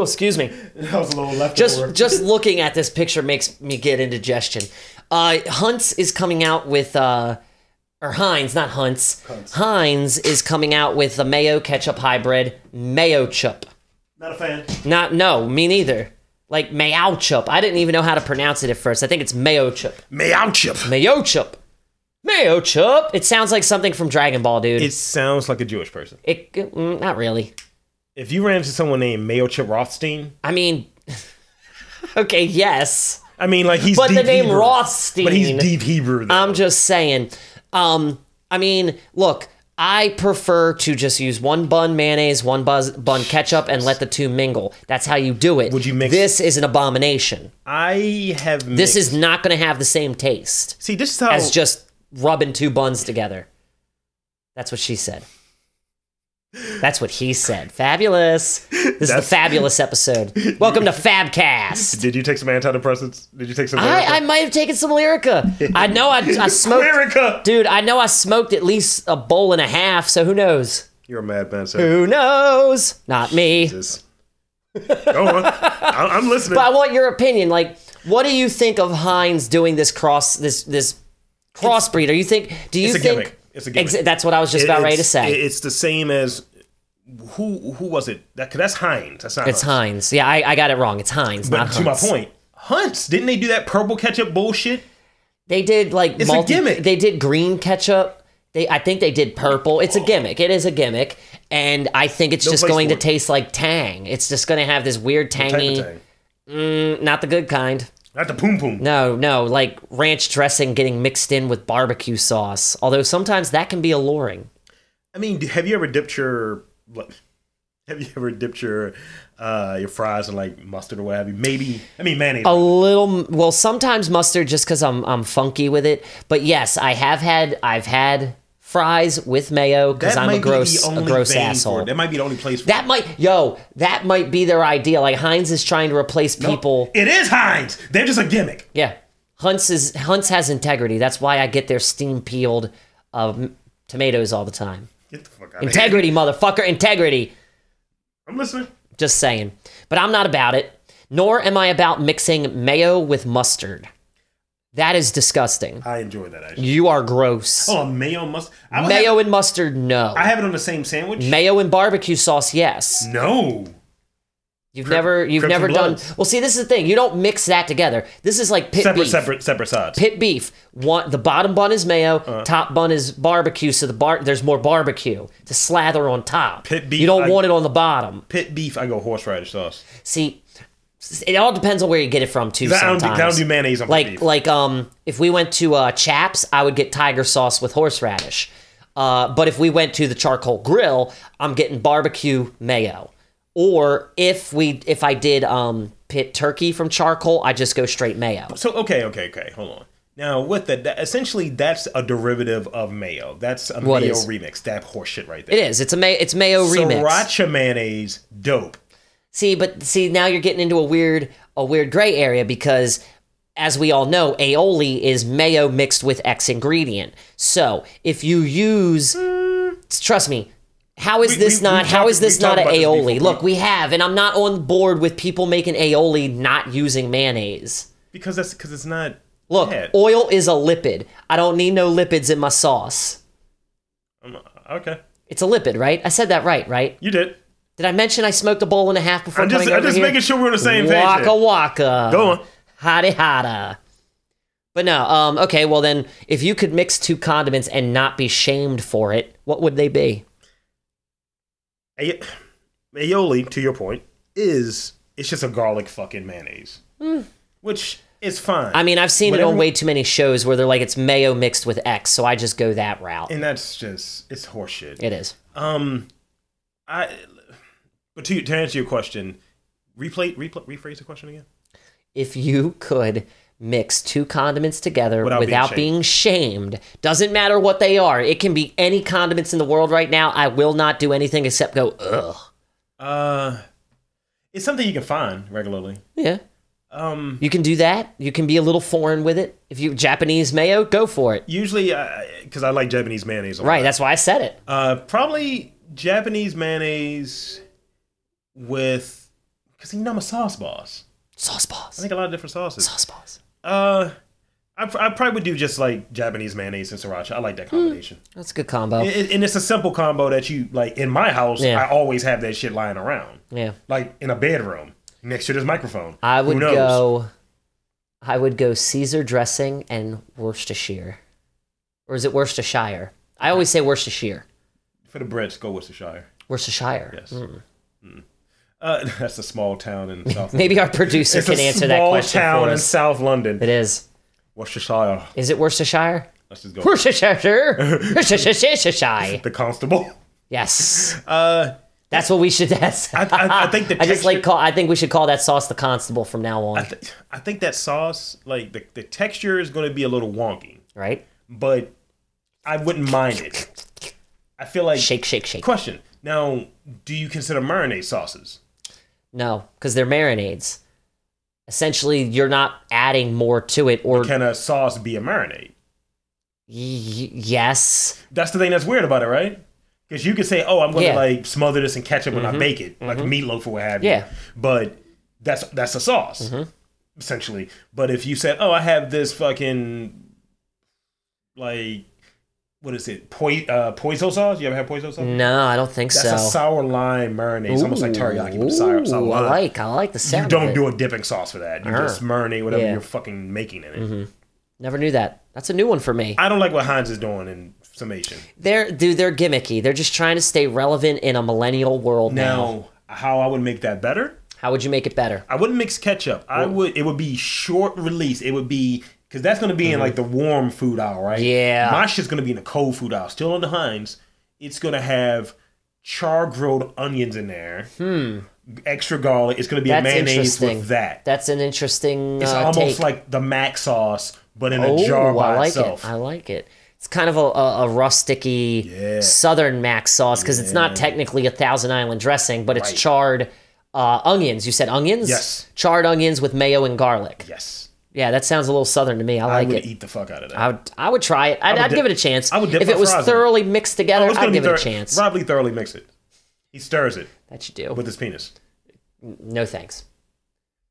B: excuse me.
A: That (laughs) was a little leftover.
B: Just just looking at this picture makes me get indigestion. Uh, Hunts is coming out with, uh, or Heinz, not Hunts. Heinz is coming out with the mayo ketchup hybrid, Mayo Chup.
A: Not a fan.
B: Not no, me neither. Like Mayo Chup. I didn't even know how to pronounce it at first. I think it's Mayo Chup.
A: Mayochip.
B: Mayo Chup. Mayo Chup. It sounds like something from Dragon Ball, dude.
A: It sounds like a Jewish person.
B: it mm, not really.
A: If you ran into someone named Mayochip Rothstein,
B: I mean, (laughs) okay, yes,
A: I mean, like he's
B: but the
A: deep
B: name
A: Hebrew.
B: Rothstein.
A: But he's deep Hebrew. Though.
B: I'm just saying. Um, I mean, look, I prefer to just use one bun mayonnaise, one buzz, bun ketchup, and let the two mingle. That's how you do it.
A: Would you mix-
B: This is an abomination.
A: I have.
B: This is not going to have the same taste
A: see. This is how.
B: as just rubbing two buns together. That's what she said. That's what he said. Fabulous. This is the
A: That's-
B: fabulous episode. Welcome to
A: (laughs)
B: Fabcast.
A: did you take some antidepressants? Did you take some?
B: I, I might have taken some Lyrica. I know I, I smoked.
A: America.
B: Dude, I know I smoked at least a bowl and a half, so who knows?
A: You're a madman, sir.
B: Who knows? Not me.
A: Jesus. Go on. I- I'm listening.
B: But I want your opinion. Like, what do you think of Heinz doing this cross this this crossbreed? Are you think do you
A: It's a
B: think
A: gimmick. It's a gimmick.
B: Exa- that's what I was just
A: It-
B: about ready to
A: it's-
B: say.
A: it- it's the same as who who was it? That, 'cause that's Heinz. That's not.
B: it's Heinz. Yeah, I, I got it wrong. It's Heinz,
A: But
B: not
A: to my
B: Heinz.
A: point, Hunts didn't they do that purple ketchup bullshit?
B: They did like
A: It's a gimmick.
B: They did green ketchup. They I think they did purple. It's a gimmick. It is a gimmick, and I think it's just
A: Oh. place
B: going
A: for
B: to
A: it.
B: taste like Tang. It's just going to have this weird
A: Type of
B: tangy,
A: thing.
B: not the good kind.
A: Not the poom poom.
B: No, no, like ranch dressing getting mixed in with barbecue sauce. Although sometimes that can be alluring.
A: I mean, do- have you ever dipped your like, have you ever dipped your uh your fries in like mustard or what have you? Maybe I mean mayonnaise.
B: A little, well, sometimes mustard just because I'm I'm funky with it. But yes, I have had I've had fries with mayo because I'm a gross a gross
A: vein for it.
B: asshole.
A: That might be the only place. For
B: That might yo, that might be their idea. Like Heinz is trying to replace
A: it.
B: people.
A: It is Heinz. They're just a gimmick.
B: Yeah, Hunts is Hunts has integrity. That's why I get their steam peeled uh, tomatoes all the time.
A: Get the fuck out of here.
B: Integrity, motherfucker, integrity.
A: I'm listening.
B: Just saying. But I'm not about it, nor am I about mixing mayo with mustard. That is disgusting.
A: I enjoy that actually.
B: You are gross.
A: Oh, a mayo must. I would
B: Mayo
A: Have,
B: and mustard, no.
A: I have it on the same sandwich.
B: Mayo and barbecue sauce, yes.
A: no.
B: You've
A: Crip-
B: never, you've
A: Crips
B: never
A: and
B: done.
A: Bloods.
B: Well, see, this is the thing. You don't mix that together. This is like pit
A: separate,
B: beef.
A: separate, separate sides.
B: Pit beef. One, the bottom bun is mayo.
A: Uh.
B: top bun is barbecue. So the bar, there's more barbecue to slather on top.
A: Pit beef,
B: You don't
A: I-
B: want it on the bottom.
A: Pit beef. I go horseradish sauce.
B: See, it all depends on where you get it from too.
A: I don't,
B: Sometimes
A: do, I don't do mayonnaise on
B: like
A: pit beef.
B: like um if we went to uh chaps i would get tiger sauce with horseradish uh but if we went to the charcoal grill i'm getting barbecue mayo or if we if i did um pit turkey from charcoal i just go straight mayo
A: so okay, okay, okay. Hold on. Now with that, that essentially that's a derivative of mayo. That's a
B: What
A: mayo
B: is?
A: remix. That horseshit right there.
B: it is it's a may it's mayo remix
A: Sriracha mayonnaise, dope.
B: see but see now you're getting into a weird a weird gray area because as we all know aioli is mayo mixed with x ingredient so if you use trust me. How is
A: We-
B: this
A: we-
B: not?
A: we've
B: how
A: talked-
B: is this
A: we've
B: not
A: talked
B: an
A: about this
B: aioli?
A: before.
B: Look, we have, and I'm not on board with people making aioli not using mayonnaise.
A: Because that's because it's not.
B: Look,
A: bad.
B: oil is a lipid. I don't need no lipids in my sauce.
A: I'm- okay,
B: It's a lipid, right? I said that right, right?
A: you did.
B: Did I mention I smoked a bowl and a half before
A: I'm just,
B: coming
A: I'm
B: over
A: just
B: here?
A: making sure we're on the same page.
B: waka
A: here.
B: waka.
A: Go on.
B: Hotty hotta. But no, um, okay, well then, if you could mix two condiments and not be shamed for it, what would they be?
A: Ay- aioli, to your point, is it's just a garlic fucking mayonnaise,
B: Mm.
A: which is fine.
B: I mean, I've seen it
A: Whatever-
B: on way too many shows where they're like it's mayo mixed with X, so I just go that route.
A: and that's just it's horseshit.
B: It is.
A: Um, I. But to, to answer your question, replay, replay, rephrase the question again.
B: If you could mix two condiments together
A: Without
B: without,
A: being
B: being, shamed. doesn't matter what they are. It can be any condiments in the world right now. I will not do anything except go ugh.
A: Uh, it's something you can find regularly.
B: Yeah,
A: Um,
B: you can do that. You can be a little foreign with it. If you Japanese mayo, go for it.
A: usually, because I like Japanese mayonnaise. A lot.
B: Right. That's why I said it.
A: Uh, probably Japanese mayonnaise with, because you know I'm a sauce boss.
B: Sauce
A: I
B: balls.
A: think a lot of different sauces.
B: Sauce balls.
A: Uh, I, pr- I probably would do just like Japanese mayonnaise and sriracha. I like that
B: Hmm.
A: combination,
B: That's a good combo.
A: I- I- and it's a simple combo that you like. In my house,
B: Yeah.
A: I always have that shit lying around,
B: yeah.
A: like in a bedroom next to this microphone.
B: I
A: Who
B: would
A: knows?
B: go. I would go Caesar dressing and Worcestershire, or is it Worcestershire? I always say Worcestershire.
A: for the breads. Go Worcestershire.
B: Worcestershire.
A: Yes. Mm. Uh, (laughs) that's a small town in South.
B: (laughs) Maybe our producer
A: it's
B: can
A: a
B: answer that
A: small
B: question
A: town
B: for
A: in
B: us.
A: South London.
B: It is.
A: Worcestershire.
B: Is
A: (laughs)
B: it Worcestershire?
A: Let's just go. with
B: Worcestershire. Worcestershire.
A: The constable.
B: Yes.
A: Uh,
B: That's what we should. That's,
A: I- I- I think the
B: (laughs) I just like
A: texture-
B: call. I think we should call that sauce the constable from now
A: I,
B: on.
A: th- I think that sauce, like the, the texture, is going to be a little wonky,
B: Right.
A: but I wouldn't mind it. I feel like
B: Shake, shake, shake.
A: Question. Now, do you consider marinade sauces?
B: No, because they're marinades. Essentially, you're not adding more to it, or
A: Can a sauce be a marinade?
B: Y- yes.
A: That's the thing that's weird about it, right? Because you could say, "Oh, I'm going to
B: Yeah. Mm-hmm.
A: like smother this in ketchup when I bake it, like meatloaf or what have you."
B: Yeah. Mm-hmm.
A: But that's that's a sauce essentially. But if you said, "Oh, I have this fucking like what is it? Poi- uh, poiso sauce? You ever had poiso sauce?
B: No, I don't think
A: That's
B: Mm, so.
A: a sour lime marinade. It's almost like teriyaki, but sour,
B: Ooh,
A: sour
B: I
A: lime.
B: like. I like the sound.
A: you
B: of
A: don't
B: it.
A: do a dipping sauce for that. You
B: Uh-huh.
A: just marinate whatever
B: Yeah. Mm-hmm.
A: you're fucking making in it.
B: Never knew that. That's a new one for me.
A: I don't like what Heinz is doing in summation.
B: They're dude. They're gimmicky. They're just trying to stay relevant in a millennial world now.
A: Now, how I would make that better?
B: How would you make it better?
A: I wouldn't mix ketchup. I would. It would be short release. It would be because that's going to be in like the warm food aisle, right?
B: Mm-hmm. Yeah.
A: My shit's going to be in the cold food aisle. Still on the Heinz. It's going to have char grilled onions in there. Hmm. Extra garlic. It's going to be
B: That's
A: a mayonnaise
B: interesting.
A: with that.
B: That's an interesting.
A: It's
B: uh,
A: almost
B: take.
A: like the mac sauce, but in a
B: oh,
A: jar by
B: I like
A: itself.
B: it. I like it. It's kind of a, a, a rusticy
A: Yeah.
B: southern mac sauce because it's not technically a Thousand Island dressing, but it's
A: Right.
B: charred uh, onions. You said onions?
A: Yes.
B: Charred onions with mayo and garlic.
A: yes.
B: Yeah, that sounds a little southern to me.
A: I
B: I like
A: would
B: it.
A: eat the fuck out of that.
B: I would, I would try it. I'd,
A: would
B: I'd
A: dip-
B: give it a chance.
A: I would dip
B: if
A: my
B: it was
A: fries in it.
B: thoroughly mixed together,
A: It's gonna
B: I'd
A: be
B: give it a
A: thor-
B: chance.
A: Rob Lee thoroughly mix it. He stirs it
B: That you do.
A: with his penis.
B: no thanks.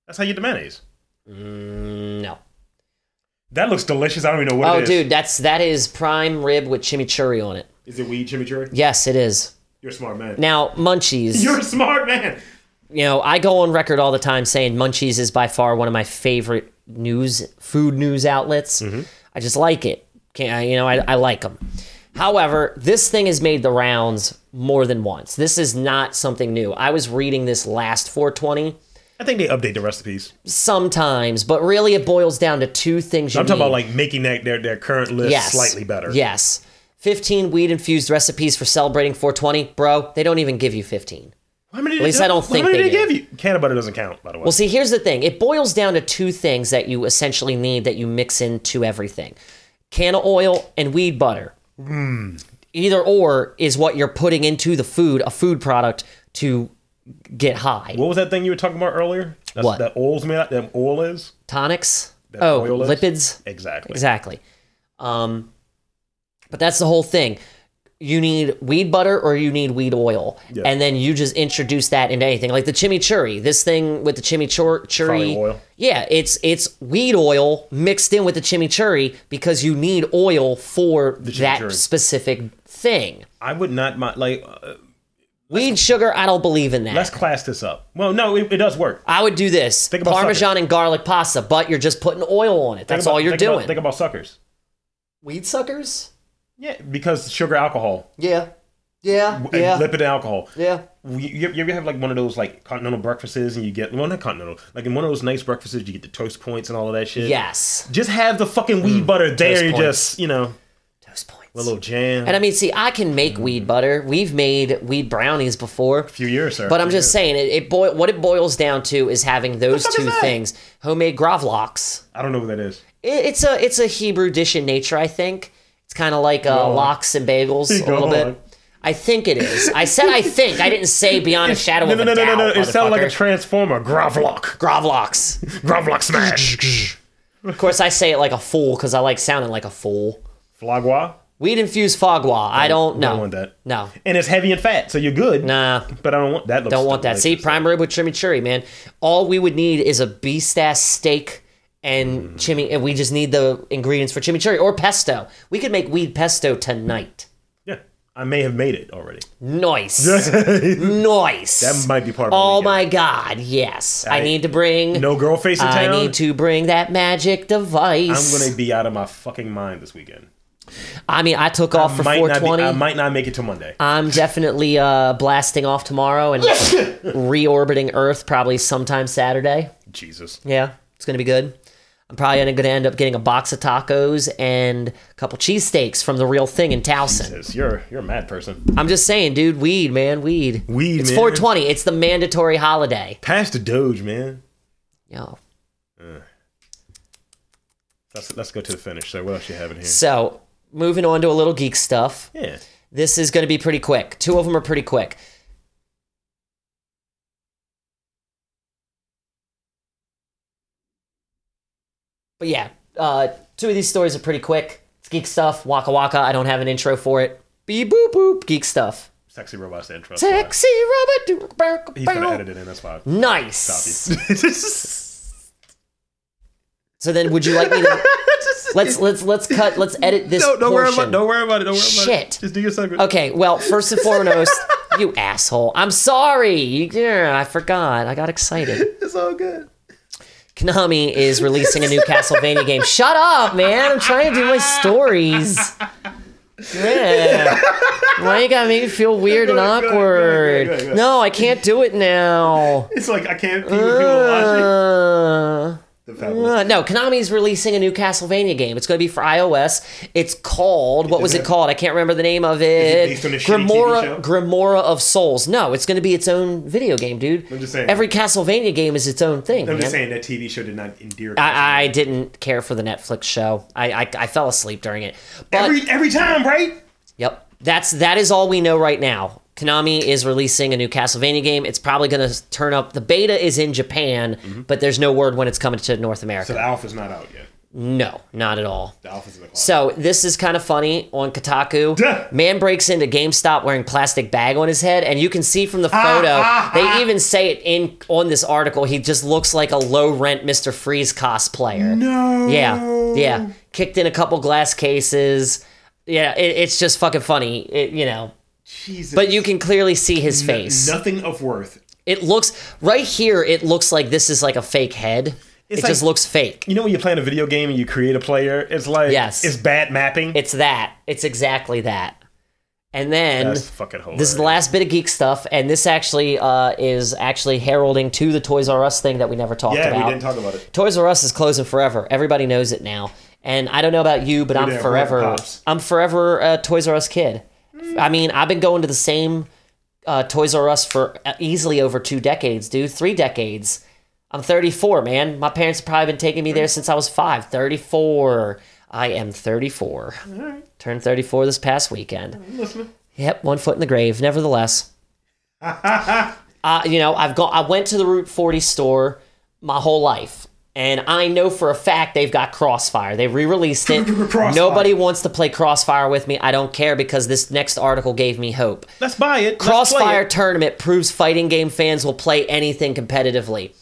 A: That's how you get the mayonnaise.
B: Mm, No.
A: That looks delicious. I don't even know what
B: Oh,
A: it is.
B: dude, that's that is prime rib with chimichurri on it.
A: Is it weed chimichurri?
B: Yes, it is.
A: You're a smart man.
B: Now,
A: (laughs)
B: munchies.
A: You're a smart man.
B: you know, I go on record all the time saying Munchies is by far one of my favorite news food news outlets.
A: Mm-hmm.
B: I just like it. Can I, you know, I, I like them. However, this thing has made the rounds more than once. This is not something new. I was reading this last 420
A: I think they update the recipes.
B: sometimes, but really it boils down to two things. You
A: I'm talking
B: need.
A: about like making that their, their current list
B: Mm. Yes.
A: slightly better.
B: Yes. 15 weed infused recipes for celebrating 420. Bro, they don't even give you 15.
A: How many
B: At least I don't think
A: how many
B: they
A: did
B: do.
A: give you? Can of butter doesn't count, by the way.
B: Well, see, here's the thing. It boils down to two things that you essentially need that you mix into everything can of oil and weed butter.
A: Hmm.
B: Either or is what you're putting into the food, a food product, to get high.
A: what was that thing you were talking about earlier? That's
B: What?
A: That oil's made out. That oil is
B: Tonics?
A: That
B: Oh,
A: oil is-
B: lipids?
A: exactly.
B: Exactly. Um, but that's the whole thing. You need weed butter or you need weed oil,
A: Yeah.
B: and then you just introduce that into anything, like the chimichurri. This thing with the chimichurri,
A: Probably oil.
B: yeah, it's it's weed oil mixed in with the chimichurri because you need oil for that
A: chimichurri.
B: specific thing.
A: I would not mind. Like, uh,
B: Weed sugar, I don't believe in that.
A: let's class this up. Well, no, it, it does work.
B: I would do this
A: Think about
B: parmesan and garlic pasta, but you're just putting oil on it.
A: Think
B: That's
A: about-
B: all you're
A: think
B: doing.
A: About, think about suckers.
B: weed suckers?
A: Yeah, because sugar, alcohol,
B: Yeah, yeah,
A: and lipid, and alcohol.
B: yeah.
A: You, you, you ever have like one of those like continental breakfasts and you get well not continental like in one of those nice breakfasts you get the toast points and all of that shit.
B: Yes.
A: Just have the fucking weed butter
B: toast
A: there. You
B: points.
A: just you know
B: Toast points.
A: a little jam.
B: and I mean, see, I can make weed butter. We've made weed brownies before.
A: Mm-hmm. few years, sir.
B: But I'm just saying, it, it boil, what it boils down to is having those
A: fuck is
B: two
A: that?
B: things. Homemade gravlax.
A: I don't know what that is.
B: It, it's a it's a Hebrew dish in nature, I think. It's kind of like uh,
A: on.
B: lox and bagels
A: (laughs)
B: a
A: Go
B: little
A: on.
B: bit. I think it is. I said I think. I didn't say beyond a
A: (laughs)
B: shadow
A: No,
B: of
A: no,
B: a
A: no, no, no,
B: doubt.
A: no. It sounded like a
B: motherfucker.
A: transformer. Gravlock.
B: gravlax.
A: Gravlock smash.
B: Of course, I say it like a fool because I like sounding like a fool.
A: Flagua.
B: Weed infused fagua. I don't know.
A: Don't want that.
B: No.
A: And it's heavy and fat, so you're good.
B: Nah.
A: But I don't want that. Looks
B: Don't want that. See,
A: delicious.
B: prime rib with chimichurri, man. All we would need is a beast ass steak and
A: Mm.
B: chimi, and we just need the ingredients for chimichurri or pesto. We could make weed pesto tonight.
A: Yeah, I may have made it already. (laughs)
B: Nice, nice.
A: That might be part of.
B: oh
A: weekend.
B: my god, yes. I,
A: I-
B: need to bring.
A: No girl face in
B: I
A: town.
B: need to bring that magic
A: I'm
B: device.
A: gonna be out of my fucking mind this weekend.
B: I mean, I took off for
A: might not be,
B: 420.
A: I might not make it till Monday.
B: I'm definitely uh, blasting off tomorrow
A: (laughs)
B: and reorbiting Earth probably sometime Saturday.
A: Jesus.
B: Yeah, it's gonna be good. I'm probably going to end up getting a box of tacos and a couple cheesesteaks from the real thing in Towson.
A: This- You're you're a mad person.
B: I'm just saying, dude, weed, man, weed.
A: Weed,
B: It's
A: man.
B: 420. It's the mandatory holiday.
A: Pass the Doge, man.
B: Yo.
A: Let's let's go to the finish. So what else you having here?
B: So, moving on to a little geek stuff.
A: Yeah.
B: This is going to be pretty quick. Two of them are pretty quick. But yeah, uh, two of these stories are pretty quick. It's geek stuff. Waka waka. I don't have an intro for it. Beep boop boop. Geek stuff.
A: Sexy robots and trust.
B: Sexy robot. doo-
A: He's
B: bow,
A: gonna
B: bow.
A: edit it in. That's why. (laughs)
B: Mm. Nice.
A: Stop
B: So then, would you like me
A: (laughs)
B: to? let's let's let's cut. Let's edit this
A: no, don't worry
B: portion.
A: about. Don't worry about it. Don't worry about it.
B: Shit. Oh.
A: Just do your segment.
B: Okay, well, first and foremost, you asshole. I'm sorry. You- yeah, I forgot. I got excited.
A: It's all good.
B: Konami is releasing a new Castlevania game. Shut up, man. I'm trying to do my stories. Yeah. Why you gotta make me feel weird and
A: Good, good, good,
B: awkward?
A: good, good, good.
B: No, I can't do it now.
A: It's like I can't. People, people watching.
B: Uh,
A: The fabulous.
B: uh, no, Konami's releasing a new Castlevania game. It's going to be for iOS. It's called what was it called? I can't remember the name of it.
A: based on a shitty TV show?
B: Grimora Grimora of Souls. No, it's going to be its own video game, dude.
A: I'm just saying.
B: Every Castlevania game is its own thing.
A: I'm just saying
B: man.
A: that TV show did not endear.
B: I, I didn't care for the Netflix show. I I, I fell asleep during it. But
A: every every time, right?
B: Yep. That's that is all we know right now. Konami is releasing a new Castlevania game. It's probably going to
A: Mm-hmm.
B: turn up. The beta is in Japan, but there's no word when it's coming to North America.
A: So the alpha's not out yet.
B: No, not at all.
A: The outfit's in the closet.
B: So this is kind of funny on Kotaku.
A: (laughs) Duh.
B: Man breaks into GameStop wearing plastic bag on his head, and you can see from the
A: Ah,
B: photo. they even say it in on this article. He just looks like a low rent Mister Freeze cosplayer.
A: no.
B: Yeah, yeah. Kicked in a couple glass cases. Yeah, it, it's just fucking funny. It, you know,
A: Jesus.
B: but you can clearly see his face.
A: Nothing of worth.
B: It looks right here. It looks like this is like a fake head.
A: It's
B: it just
A: like-
B: looks fake.
A: You know when you're playing a video game and you create a player, it's like
B: Yes.
A: it's bad mapping.
B: It's that. It's exactly that. And then
A: That's fucking hilarious.
B: This is the last bit of geek stuff, and this actually uh, is actually heralding to the Toys R Us thing that we never talked
A: Yeah,
B: about.
A: we didn't talk about it.
B: Toys R Us is closing forever. Everybody knows it now. And I don't know about you, but I'm
A: did. We're
B: forever.
A: pops.
B: I'm forever a Toys R Us kid. I mean, I've been going to the same uh, Toys R Us for easily over two decades, dude. Three decades. I'm 34, man. My parents have probably been taking me there since I was five. 34. I am 34. Turned 34 this past weekend. Yep, one foot in the grave. Nevertheless, uh, you know, I've gone. I went to the Route 40 store my whole life, and I know for a fact they've got Crossfire. They re-released it.
A: Crossfire.
B: Nobody wants to play Crossfire with me. I don't care because this next article gave me hope.
A: Let's buy it. Let's play
B: Crossfire
A: it.
B: tournament proves fighting game fans will play anything competitively.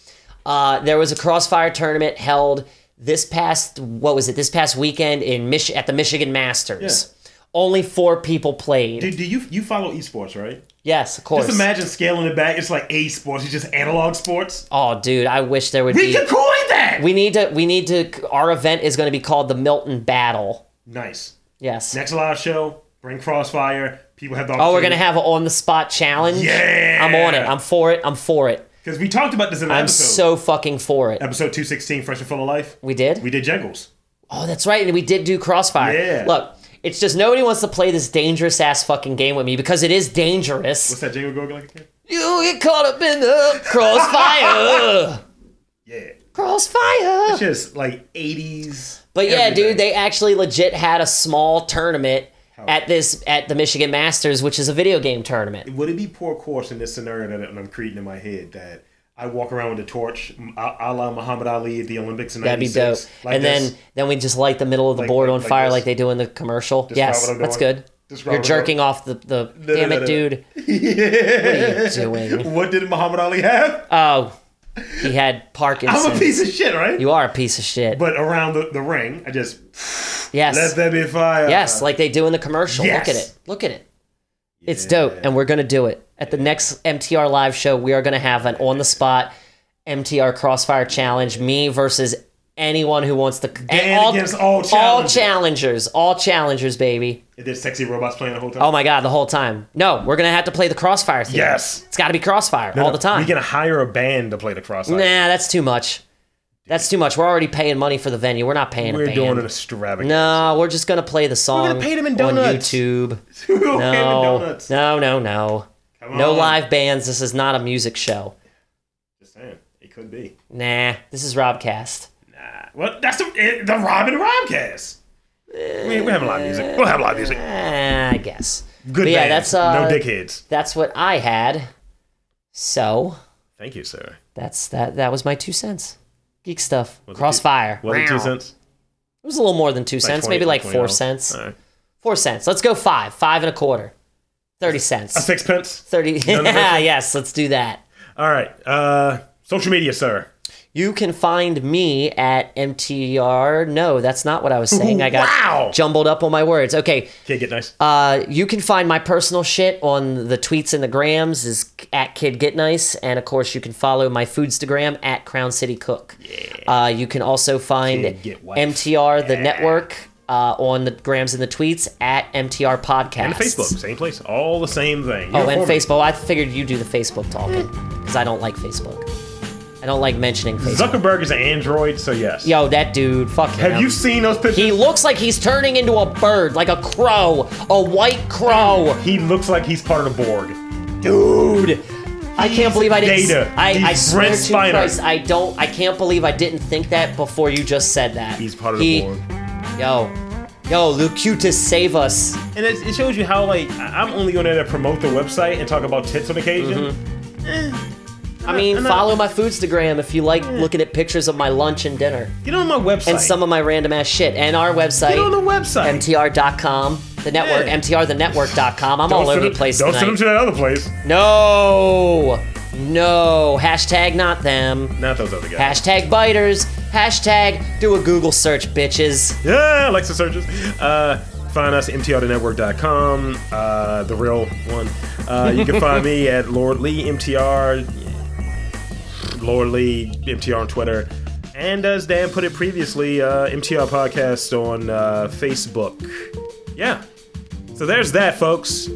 B: Uh, there was a Crossfire tournament held this past what was it? This past weekend in Mich- at the Michigan Masters. Only four people played.
A: Dude, do you you follow esports, right?
B: yes, of course.
A: Just imagine scaling it back. It's like a sports. It's just analog sports.
B: oh, dude, I wish there would
A: We
B: be.
A: can coin that.
B: We need to. We need to. Our event is going to be called the Milton Battle.
A: nice.
B: Yes.
A: Next live show, bring Crossfire. People have the
B: Oh, we're gonna have an on the spot challenge.
A: Yeah.
B: I'm on it. I'm for it. I'm for it.
A: because we talked about this in an
B: I'm
A: episode.
B: so fucking for it.
A: episode two sixteen, fresh and full of life.
B: We did.
A: We did Jengles.
B: Oh, that's right. And we did do Crossfire.
A: Yeah.
B: Look, it's just nobody wants to play this dangerous ass fucking game with me because it is dangerous.
A: What's that jingle going like again?
B: You get caught up in the
A: (laughs)
B: crossfire.
A: Yeah,
B: crossfire.
A: just like eighties.
B: But yeah, dude, they actually legit had a small tournament at this at the Michigan Masters, which is a video game tournament.
A: would it be poor course in this scenario that I'm creating in my head that I walk around with a torch, a a la Muhammad Ali at the Olympics in
B: That'd be dope.
A: '96? Like
B: and
A: this.
B: then then we just light the middle of the
A: Like-
B: board
A: like-
B: on
A: like
B: fire
A: this.
B: like they do in the commercial.
A: what
B: yes,
A: I'm
B: that's
A: doing.
B: good.
A: This is what
B: You're
A: I'm
B: jerking off the the
A: (laughs) No, no,
B: damn
A: no,
B: it,
A: no.
B: dude. What are you doing?
A: what did Muhammad Ali
B: (laughs)
A: have?
B: Oh, he had Parkinson's.
A: I'm a piece of shit, right?
B: You are a piece of shit.
A: but around the, the ring, I just
B: yes.
A: let that be fire.
B: yes, like they do in the commercial.
A: Yes.
B: Look at it. Look at it. It's dope, and we're gonna do it at the next MTR live show. We are gonna have an on the spot MTR Crossfire Challenge. Me versus anyone who wants to.
A: Dan against all challengers.
B: All challengers. All challengers, baby.
A: And there's sexy robots playing the whole time.
B: Oh my god, the whole time. No, we're gonna have to play the Crossfire theme.
A: Yes.
B: It's got to be Crossfire all the time.
A: We're gonna hire a band to play the crossfire.
B: Nah, that's too much. That's too much. We're already paying money for the venue. We're not paying a
A: We're
B: band.
A: doing an extravagant.
B: No, we're just gonna play the song
A: gonna pay them in
B: on
A: donuts.
B: YouTube.
A: (laughs) We're doing
B: No,
A: donuts.
B: no, no, no.
A: Come
B: No
A: on.
B: live bands. This is not a music show.
A: Just saying, it could be.
B: Nah, this is Robcast.
A: Nah. Well, that's the it, the Robin Robcast. We, we have a lot of music. We'll have a lot of music.
B: Eh, I guess
A: Good
B: But yeah,
A: bands.
B: that's, uh,
A: no dickheads.
B: that's what I had. So
A: Thank you, sir.
B: that's that. That was my two cents. Geek stuff.
A: it two-
B: Crossfire.
A: Was it two
B: Meow.
A: cents?
B: It was a little more than two cents.
A: 20
B: maybe like
A: $20.
B: four cents.
A: All right.
B: Four cents. Let's go five. Five and a quarter. Thirty cents. (laughs)
A: A sixpence.
B: 30
A: no, no.
B: yeah (laughs) yes let's do that
A: All right. Uh, social media, sir.
B: you can find me at mtr no that's not what i was saying i got
A: Wow.
B: jumbled up on my words okay
A: Can't get nice.
B: uh, you can find my personal shit on the tweets and the grams is at kid get nice and of course you can follow my foodstagram at crown city cook uh, you can also find
A: Kid Get Wife.
B: mtr the network uh, on the grams and the tweets at mtr podcast
A: and Facebook, same place. All the same thing.
B: Oh,
A: You're
B: and
A: for me.
B: Facebook. I figured you do the Facebook talking because I don't like Facebook. I don't like mentioning Facebook.
A: Zuckerberg is an android, so yes.
B: Yo, that dude, fuck him.
A: Have you seen those pictures?
B: He looks like he's turning into a bird, like a crow, a white crow.
A: He looks like he's part of the Borg.
B: Dude, I can't believe I didn't.
A: Data.
B: I, I
A: He's
B: swear
A: Brent
B: to
A: Spiner.
B: Christ, I don't. I can't believe I didn't think that before you just said that.
A: He's part of
B: He-
A: the Borg.
B: Yo, yo, Lucutus, save us.
A: And it, it shows you how, like, I- I'm only going to promote the website and talk about tits on occasion. Eh,
B: Mm-hmm. I mean,
A: and I-
B: follow my foodstagram if you like looking at pictures of my lunch and dinner
A: Get on my website.
B: and some of my random ass shit and our
A: Get on the
B: website
A: website.
B: mtr.com, the network
A: Yeah.
B: mtrthenetwork.com. I'm all over the place
A: Don't send them
B: tonight.
A: to that other place.
B: No, no. Hashtag not them.
A: Not those other guys.
B: Hashtag biters. Hashtag do a Google search, bitches.
A: Yeah, Alexa searches. Uh, find us mtrthenetwork.com, uh, the real one. Uh, you can find me at Lord Lee MTR, Lord Lee MTR on Twitter, and as Dan put it previously, uh, MTR podcast on uh, Facebook. Yeah, so there's that, folks.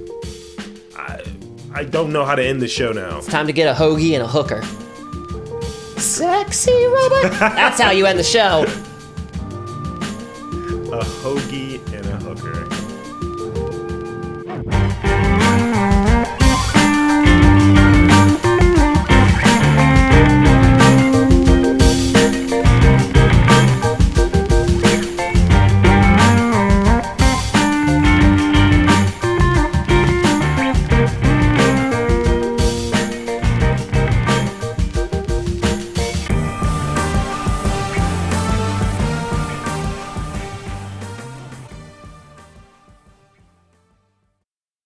A: I I don't know how to end the show now.
B: Time to get a hoagie and a hooker. Sexy robot. That's how you end the show.
A: A hoagie